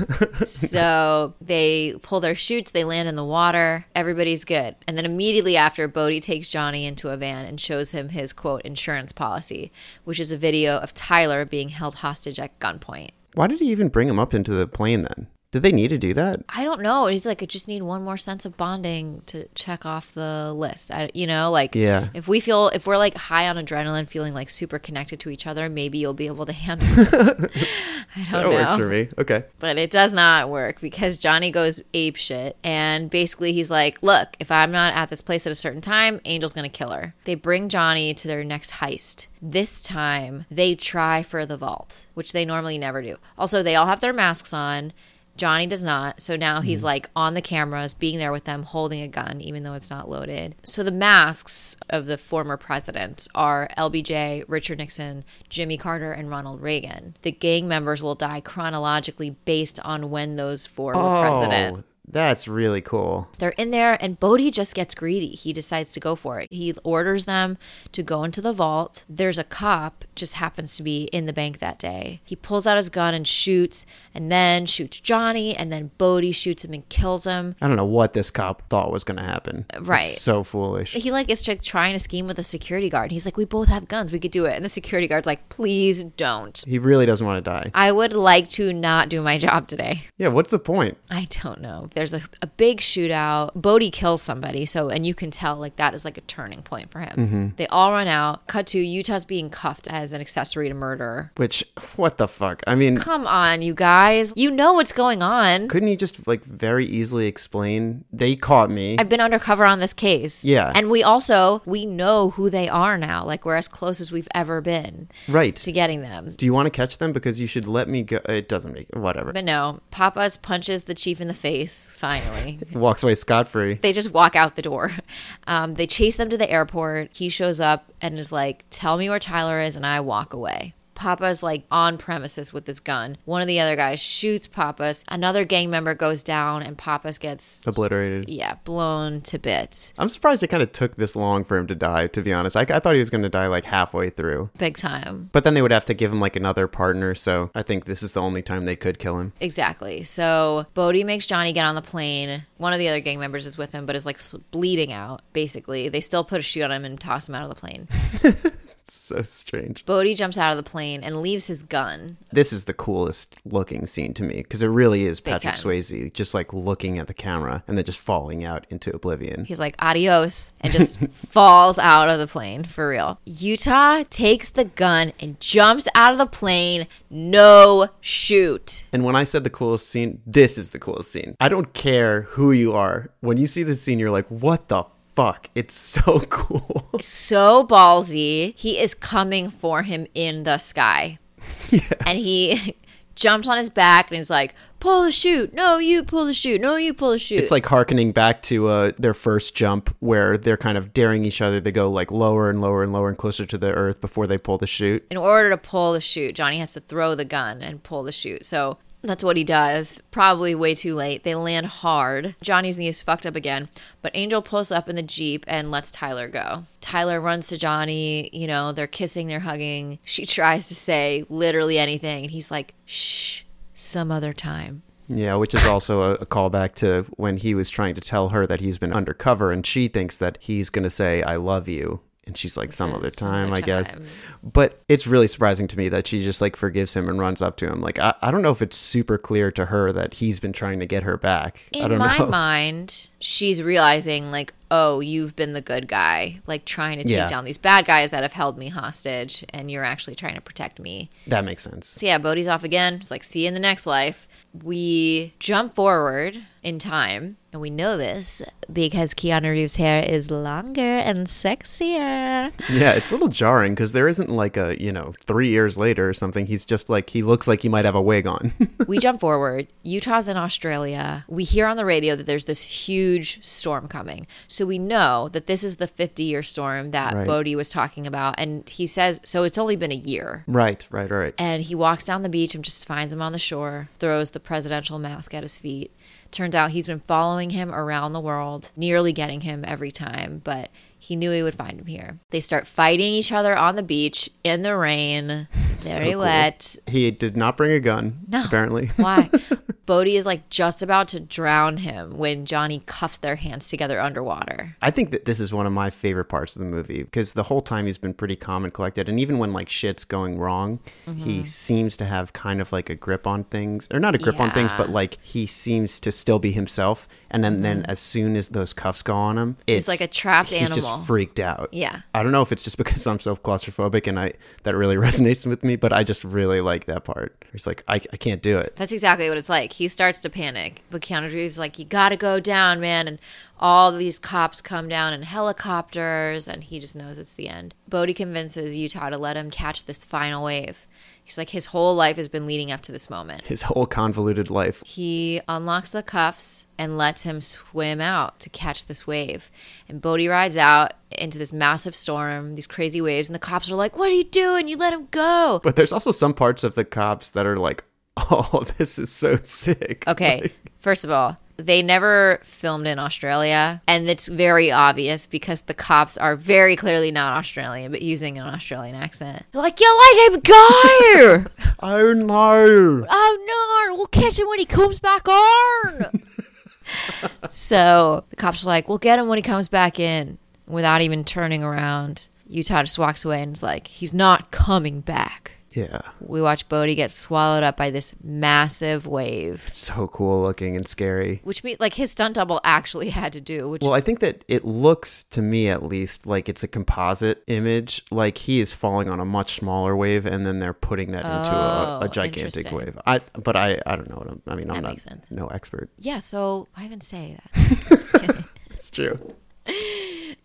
Speaker 1: So they pull their chutes, they land in the water, everybody's good. And then immediately after, Bodhi takes Johnny into a van and shows him his quote insurance policy, which is a video of Tyler being held hostage at gunpoint.
Speaker 2: Why did he even bring him up into the plane then? Did they need to do that?
Speaker 1: I don't know. He's like, I just need one more sense of bonding to check off the list. I, you know, like,
Speaker 2: Yeah.
Speaker 1: if we feel, if we're like high on adrenaline, feeling like super connected to each other, maybe you'll be able to handle this. I
Speaker 2: That
Speaker 1: don't
Speaker 2: works
Speaker 1: know.
Speaker 2: for me. Okay.
Speaker 1: But it does not work because Johnny goes ape shit. And basically, he's like, look, if I'm not at this place at a certain time, Angel's going to kill her. They bring Johnny to their next heist. This time, they try for the vault, which they normally never do. Also, they all have their masks on. Johnny does not. So now he's like on the cameras, being there with them, holding a gun, even though it's not loaded. So the masks of the former presidents are LBJ, Richard Nixon, Jimmy Carter, and Ronald Reagan. The gang members will die chronologically based on when those four
Speaker 2: Oh.
Speaker 1: were president.
Speaker 2: that's really cool.
Speaker 1: They're in there, and Bodhi just gets greedy. He decides to go for it. He orders them to go into the vault. There's a cop, just happens to be in the bank that day. He pulls out his gun and shoots, and then shoots Johnny, and then Bodhi shoots him and kills him.
Speaker 2: I don't know what this cop thought was going to happen.
Speaker 1: Right.
Speaker 2: It's so foolish.
Speaker 1: He like is like trying to scheme with a security guard. He's like, "We both have guns. We could do it." And the security guard's like, "Please don't.
Speaker 2: He really doesn't want to die.
Speaker 1: I would like to not do my job today."
Speaker 2: Yeah, what's the point?
Speaker 1: I don't know. There's a, a big shootout. Bodhi kills somebody, so and you can tell like that is like a turning point for him. They all run out. Cut to Utah's being cuffed as an accessory to murder.
Speaker 2: Which, what the fuck? I mean,
Speaker 1: Come on, you guys. You know what's going on.
Speaker 2: couldn't he just like very easily explain? They caught me.
Speaker 1: I've been undercover on this case.
Speaker 2: Yeah.
Speaker 1: And we also we know who they are now. Like we're as close as we've ever been
Speaker 2: right.
Speaker 1: to getting them.
Speaker 2: Do you want to catch them? Because you should let me go. It doesn't make whatever.
Speaker 1: But no, Papa's punches the chief in the face, finally.
Speaker 2: Walks away scot free.
Speaker 1: they just walk out the door. Um, they chase them to the airport. He shows up and is like, Tell me where Tyler is, and I walk away. Papa's like on premises with this gun. One of the other guys shoots Papa's. Another gang member goes down, and Papa's gets,
Speaker 2: Obliterated.
Speaker 1: yeah, blown to bits
Speaker 2: I'm surprised it kind of took this long for him to die, to be honest. I, I thought he was going to die like halfway through.
Speaker 1: big time.
Speaker 2: But then they would have to give him like another partner, so I think this is the only time they could kill him.
Speaker 1: Exactly. So Bodhi makes Johnny get on the plane. One of the other gang members is with him, but is like s- bleeding out, basically. They still put a shoot on him and toss him out of the plane.
Speaker 2: So strange.
Speaker 1: Bodhi jumps out of the plane and leaves his gun
Speaker 2: this is the coolest looking scene to me because it really is
Speaker 1: time.
Speaker 2: Patrick Swayze just like looking at the camera and then just falling out into oblivion.
Speaker 1: He's like, adios, and just falls out of the plane for real. Utah takes the gun and jumps out of the plane. No shoot.
Speaker 2: And when I said the coolest scene, this is the coolest scene. I don't care who you are. When you see this scene, you're like, what the fuck? It's so cool.
Speaker 1: So ballsy. He is coming for him in the sky.
Speaker 2: yes.
Speaker 1: And he jumps on his back and he's like, pull the chute. No, you pull the chute. No, you pull the chute.
Speaker 2: It's like harkening back to uh, their first jump where they're kind of daring each other to go like lower and lower and lower and closer to the earth before they pull the chute.
Speaker 1: in order to pull the chute, Johnny has to throw the gun and pull the chute. So that's what he does. Probably way too late. They land hard. Johnny's knee is fucked up again, but Angel pulls up in the Jeep and lets Tyler go. Tyler runs to Johnny. You know, they're kissing, they're hugging. She tries to say literally anything, and he's like, shh, some other time.
Speaker 2: Yeah, which is also a, a callback to when he was trying to tell her that he's been undercover and she thinks that he's going to say, I love you. And she's like, some other
Speaker 1: some
Speaker 2: time,
Speaker 1: other
Speaker 2: I guess.
Speaker 1: time.
Speaker 2: But it's really surprising to me that she just like forgives him and runs up to him. Like, I, I don't know if it's super clear to her that he's been trying to get her back. I
Speaker 1: In
Speaker 2: don't
Speaker 1: my
Speaker 2: know.
Speaker 1: mind, she's realizing like, oh, you've been the good guy, like trying to take
Speaker 2: Yeah.
Speaker 1: down these bad guys that have held me hostage, and you're actually trying to protect me.
Speaker 2: that makes sense.
Speaker 1: So yeah, Bodhi's off again. It's like, see you in the next life. We jump forward in time, and we know this because Keanu Reeves' hair is longer and sexier.
Speaker 2: Yeah, it's a little jarring because there isn't like a, you know, three years later or something. He's just like, he looks like he might have a wig on.
Speaker 1: we jump forward. Utah's in Australia. We hear on the radio that there's this huge storm coming. So we know that this is the 50 year storm that
Speaker 2: Right.
Speaker 1: Bodhi was talking about. And he says, so it's only been a year.
Speaker 2: right, right, right.
Speaker 1: And he walks down the beach and just finds him on the shore, throws the presidential mask at his feet. Turns out he's been following him around the world, nearly getting him every time, but he knew he would find him here. They start fighting each other on the beach in the rain, very
Speaker 2: cool.
Speaker 1: wet.
Speaker 2: He did not bring a gun,
Speaker 1: No.
Speaker 2: apparently.
Speaker 1: Why? Bodhi is like just about to drown him when Johnny cuffs their hands together underwater.
Speaker 2: I think that this is one of my favorite parts of the movie because the whole time he's been pretty calm and collected. And even when like shit's going wrong,
Speaker 1: Mm-hmm.
Speaker 2: he seems to have kind of like a grip on things or not a grip on things,
Speaker 1: Yeah. Mm-hmm.
Speaker 2: but like he seems to still be himself. And then, then as soon as those cuffs go on him, it's
Speaker 1: like a trapped
Speaker 2: he's
Speaker 1: animal.
Speaker 2: just freaked out.
Speaker 1: Yeah.
Speaker 2: I don't know if it's just because I'm so claustrophobic and I, that really resonates with me, but I just really like that part. It's like, I, I can't do it.
Speaker 1: That's exactly what it's like. He starts to panic, but Keanu Reeves is like, "You gotta go down, man!" And all these cops come down in helicopters, and he just knows it's the end. Bodhi convinces Utah to let him catch this final wave. He's like, his whole life has been leading up to this moment.
Speaker 2: His whole convoluted life.
Speaker 1: He unlocks the cuffs and lets him swim out to catch this wave. And Bodhi rides out into this massive storm, these crazy waves, and the cops are like, "What are you doing? You let him go!"
Speaker 2: But there's also some parts of the cops that are like, oh, this is so sick.
Speaker 1: Okay. First of all, they never filmed in Australia, and it's very obvious because the cops are very clearly not Australian, but using an Australian accent. They're like, "You let him go!
Speaker 2: Oh no!
Speaker 1: oh no, we'll catch him when he comes back on." so the cops are like, "We'll get him when he comes back in," without even turning around. Utah just walks away and is like, "He's not coming back."
Speaker 2: Yeah,
Speaker 1: We watch Bodhi get swallowed up by this massive wave.
Speaker 2: so cool looking and scary.
Speaker 1: which means like his stunt double actually had to do which
Speaker 2: Well, I think that it looks to me at least like it's a composite image. Like he is falling on a much smaller wave, and then they're putting that into a,
Speaker 1: Oh,
Speaker 2: a gigantic
Speaker 1: interesting.
Speaker 2: wave. I, but I, I don't know what I'm. I mean, I'm
Speaker 1: That
Speaker 2: not
Speaker 1: makes sense.
Speaker 2: no expert.
Speaker 1: yeah so i even say that
Speaker 2: It's true.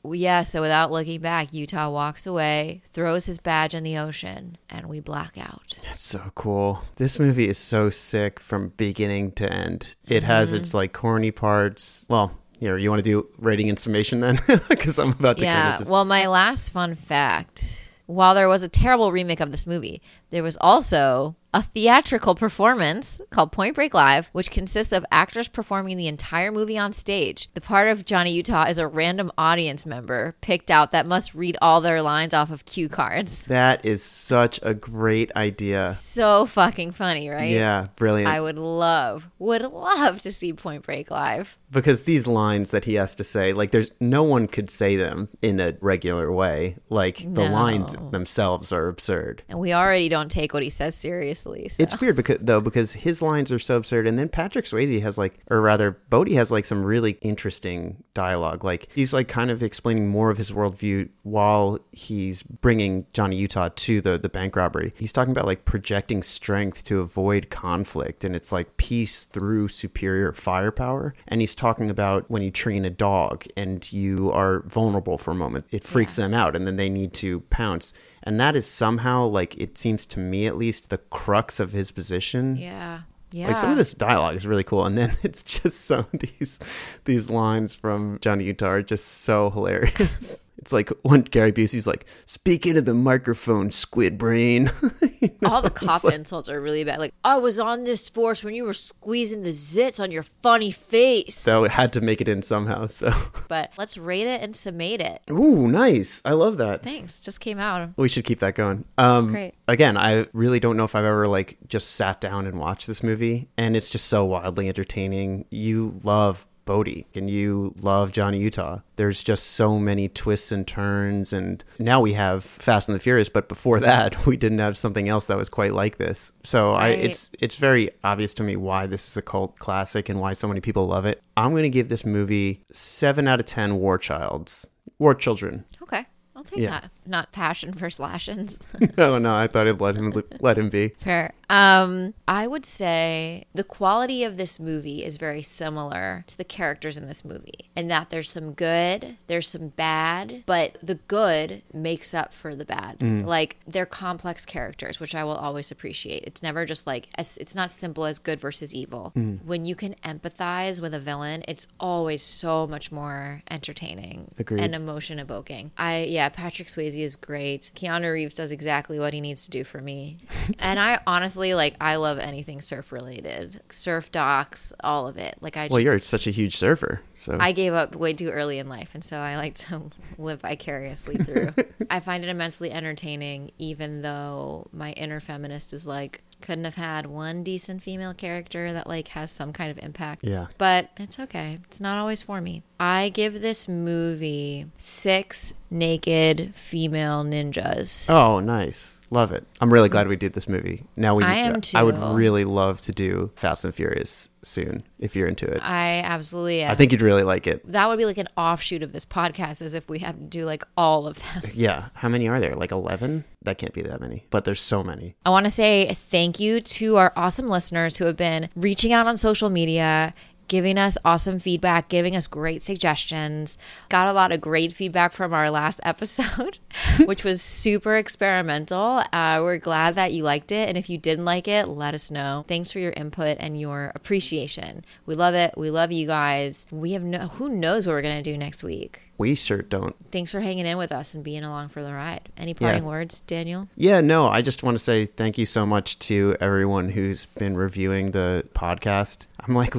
Speaker 1: Well, yeah so without looking back utah walks away throws his badge in the ocean and we black out
Speaker 2: It's so cool. This movie is so sick from beginning to end. It has its
Speaker 1: Mm-hmm.
Speaker 2: like corny parts. Well, here you want to do rating and summation then, because I'm about to kind
Speaker 1: yeah
Speaker 2: of just
Speaker 1: well my last fun fact while there was a terrible remake of this movie there was also a theatrical performance called Point Break Live, which consists of actors performing the entire movie on stage. The part of Johnny Utah is a random audience member picked out that must read all their lines off of cue cards.
Speaker 2: That is such a great idea.
Speaker 1: so fucking funny, right?
Speaker 2: Yeah, brilliant.
Speaker 1: I would love, would love to see Point Break live.
Speaker 2: because these lines that he has to say, like there's no one could say them in a regular way. Like the
Speaker 1: No.
Speaker 2: lines themselves are absurd.
Speaker 1: And we already don't take what he says seriously. So.
Speaker 2: It's weird because though because his lines are so absurd, and then Patrick Swayze has like, or rather, Bodhi has like some really interesting dialogue. Like he's like kind of explaining more of his worldview while he's bringing Johnny Utah to the the bank robbery. He's talking about like projecting strength to avoid conflict, and it's like peace through superior firepower. And he's talking about when you train a dog and you are vulnerable for a moment, it freaks them out, and then they need to pounce. And that is somehow like it seems to me at least the crux of his position.
Speaker 1: Yeah. Yeah.
Speaker 2: Like some of this dialogue is really cool, and then it's just some of these these lines from Johnny Utah are just so hilarious. It's like when Gary Busey's like, "Speak into the microphone, squid brain." You know?
Speaker 1: All the cop insults are really bad. Like, I was on this force when you were squeezing the zits on your funny face.
Speaker 2: so it had to make it in somehow. So,
Speaker 1: but let's rate it and summate it.
Speaker 2: ooh, nice! I love that.
Speaker 1: Thanks. Just came out.
Speaker 2: We should keep that going. Um,
Speaker 1: Great.
Speaker 2: Again, I really don't know if I've ever like just sat down and watched this movie, and it's just so wildly entertaining. You love Bodie and you love Johnny Utah. There's just so many twists and turns, and now we have Fast and the Furious, but before that, we didn't have something else that was quite like this. So I,
Speaker 1: Right.
Speaker 2: it's it's very obvious to me why this is a cult classic and why so many people love it. I'm going to give this movie seven out of ten War Childs, War Children.
Speaker 1: Okay. I'll take
Speaker 2: Yeah.
Speaker 1: that. Not passion for slashins.
Speaker 2: oh no, I thought I'd let him let him be.
Speaker 1: Fair. Um, I would say the quality of this movie is very similar to the characters in this movie, in that there's some good, there's some bad, but the good makes up for the bad. Like they're complex characters, which I will always appreciate. It's never just like as, it's not simple as good versus evil.
Speaker 2: Mm.
Speaker 1: When you can empathize with a villain, it's always so much more entertaining
Speaker 2: Agreed.
Speaker 1: and emotion evoking. I yeah, Patrick Swayze is great. Keanu Reeves does exactly what he needs to do for me. and I honestly like I love anything surf related. Surf docs, all of it. Like I just
Speaker 2: Well, you're such a huge surfer, so
Speaker 1: I gave up way too early in life, and so I like to live vicariously through. I find it immensely entertaining, even though my inner feminist is like, couldn't have had one decent female character that like has some kind of impact.
Speaker 2: Yeah.
Speaker 1: But it's okay. It's not always for me. I give this movie six naked female ninjas.
Speaker 2: oh, nice, love it. I'm really glad we did this movie. Now we,
Speaker 1: I am
Speaker 2: I would
Speaker 1: too.
Speaker 2: really love to do Fast and Furious soon if you're into it. I,
Speaker 1: I absolutely am.
Speaker 2: think you'd really like it.
Speaker 1: that would be like an offshoot of this podcast, as if we have to do like all of them.
Speaker 2: Yeah, how many are there? Like eleven? That can't be that many, but there's so many.
Speaker 1: I want to say thank you to our awesome listeners who have been reaching out on social media, giving us awesome feedback, giving us great suggestions. Got a lot of great feedback from our last episode, which was super experimental. Uh, we're glad that you liked it. And if you didn't like it, let us know. Thanks for your input and your appreciation. We love it. We love you guys. We have no, who knows what we're going to do next week.
Speaker 2: We sure don't.
Speaker 1: Thanks for hanging in with us and being along for the ride. Any parting words, Daniel?
Speaker 2: Yeah, no, I just want to say thank you so much to everyone who's been reviewing the podcast. I'm like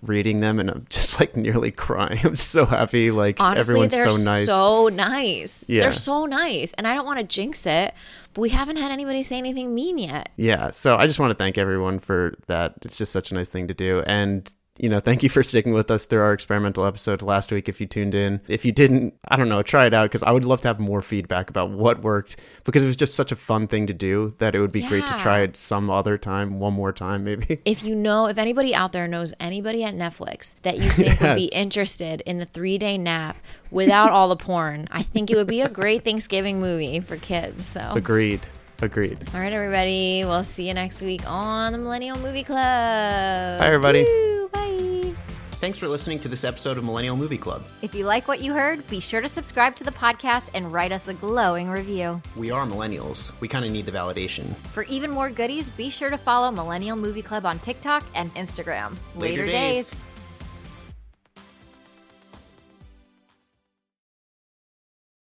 Speaker 2: reading them and I'm just like nearly crying. I'm so happy. Like
Speaker 1: Honestly,
Speaker 2: everyone's
Speaker 1: they're
Speaker 2: so nice.
Speaker 1: so nice.
Speaker 2: Yeah.
Speaker 1: They're so nice. And I don't want to jinx it, but we haven't had anybody say anything mean yet.
Speaker 2: yeah so i just want to thank everyone for that it's just such a nice thing to do and you know thank you for sticking with us through our experimental episode last week if you tuned in if you didn't i don't know try it out because i would love to have more feedback about what worked because it was just such a fun thing to do that it would be great to
Speaker 1: Yeah.
Speaker 2: try it some other time one more time maybe
Speaker 1: If you know, if anybody out there knows anybody at Netflix that you think would be
Speaker 2: Yes.
Speaker 1: interested in the three day nap without all the porn, I think it would be a great Thanksgiving movie for kids. So, all
Speaker 2: agreed agreed
Speaker 1: right, everybody, we'll see you next week on the Millennial Movie Club.
Speaker 2: Bye, everybody.
Speaker 1: Woo, bye.
Speaker 2: thanks for listening to this episode of millennial movie club
Speaker 3: If you like what you heard, be sure to subscribe to the podcast and write us a glowing review.
Speaker 2: we are millennials we kind of need the validation
Speaker 3: For even more goodies, be sure to follow Millennial Movie Club on TikTok and Instagram.
Speaker 2: Later days.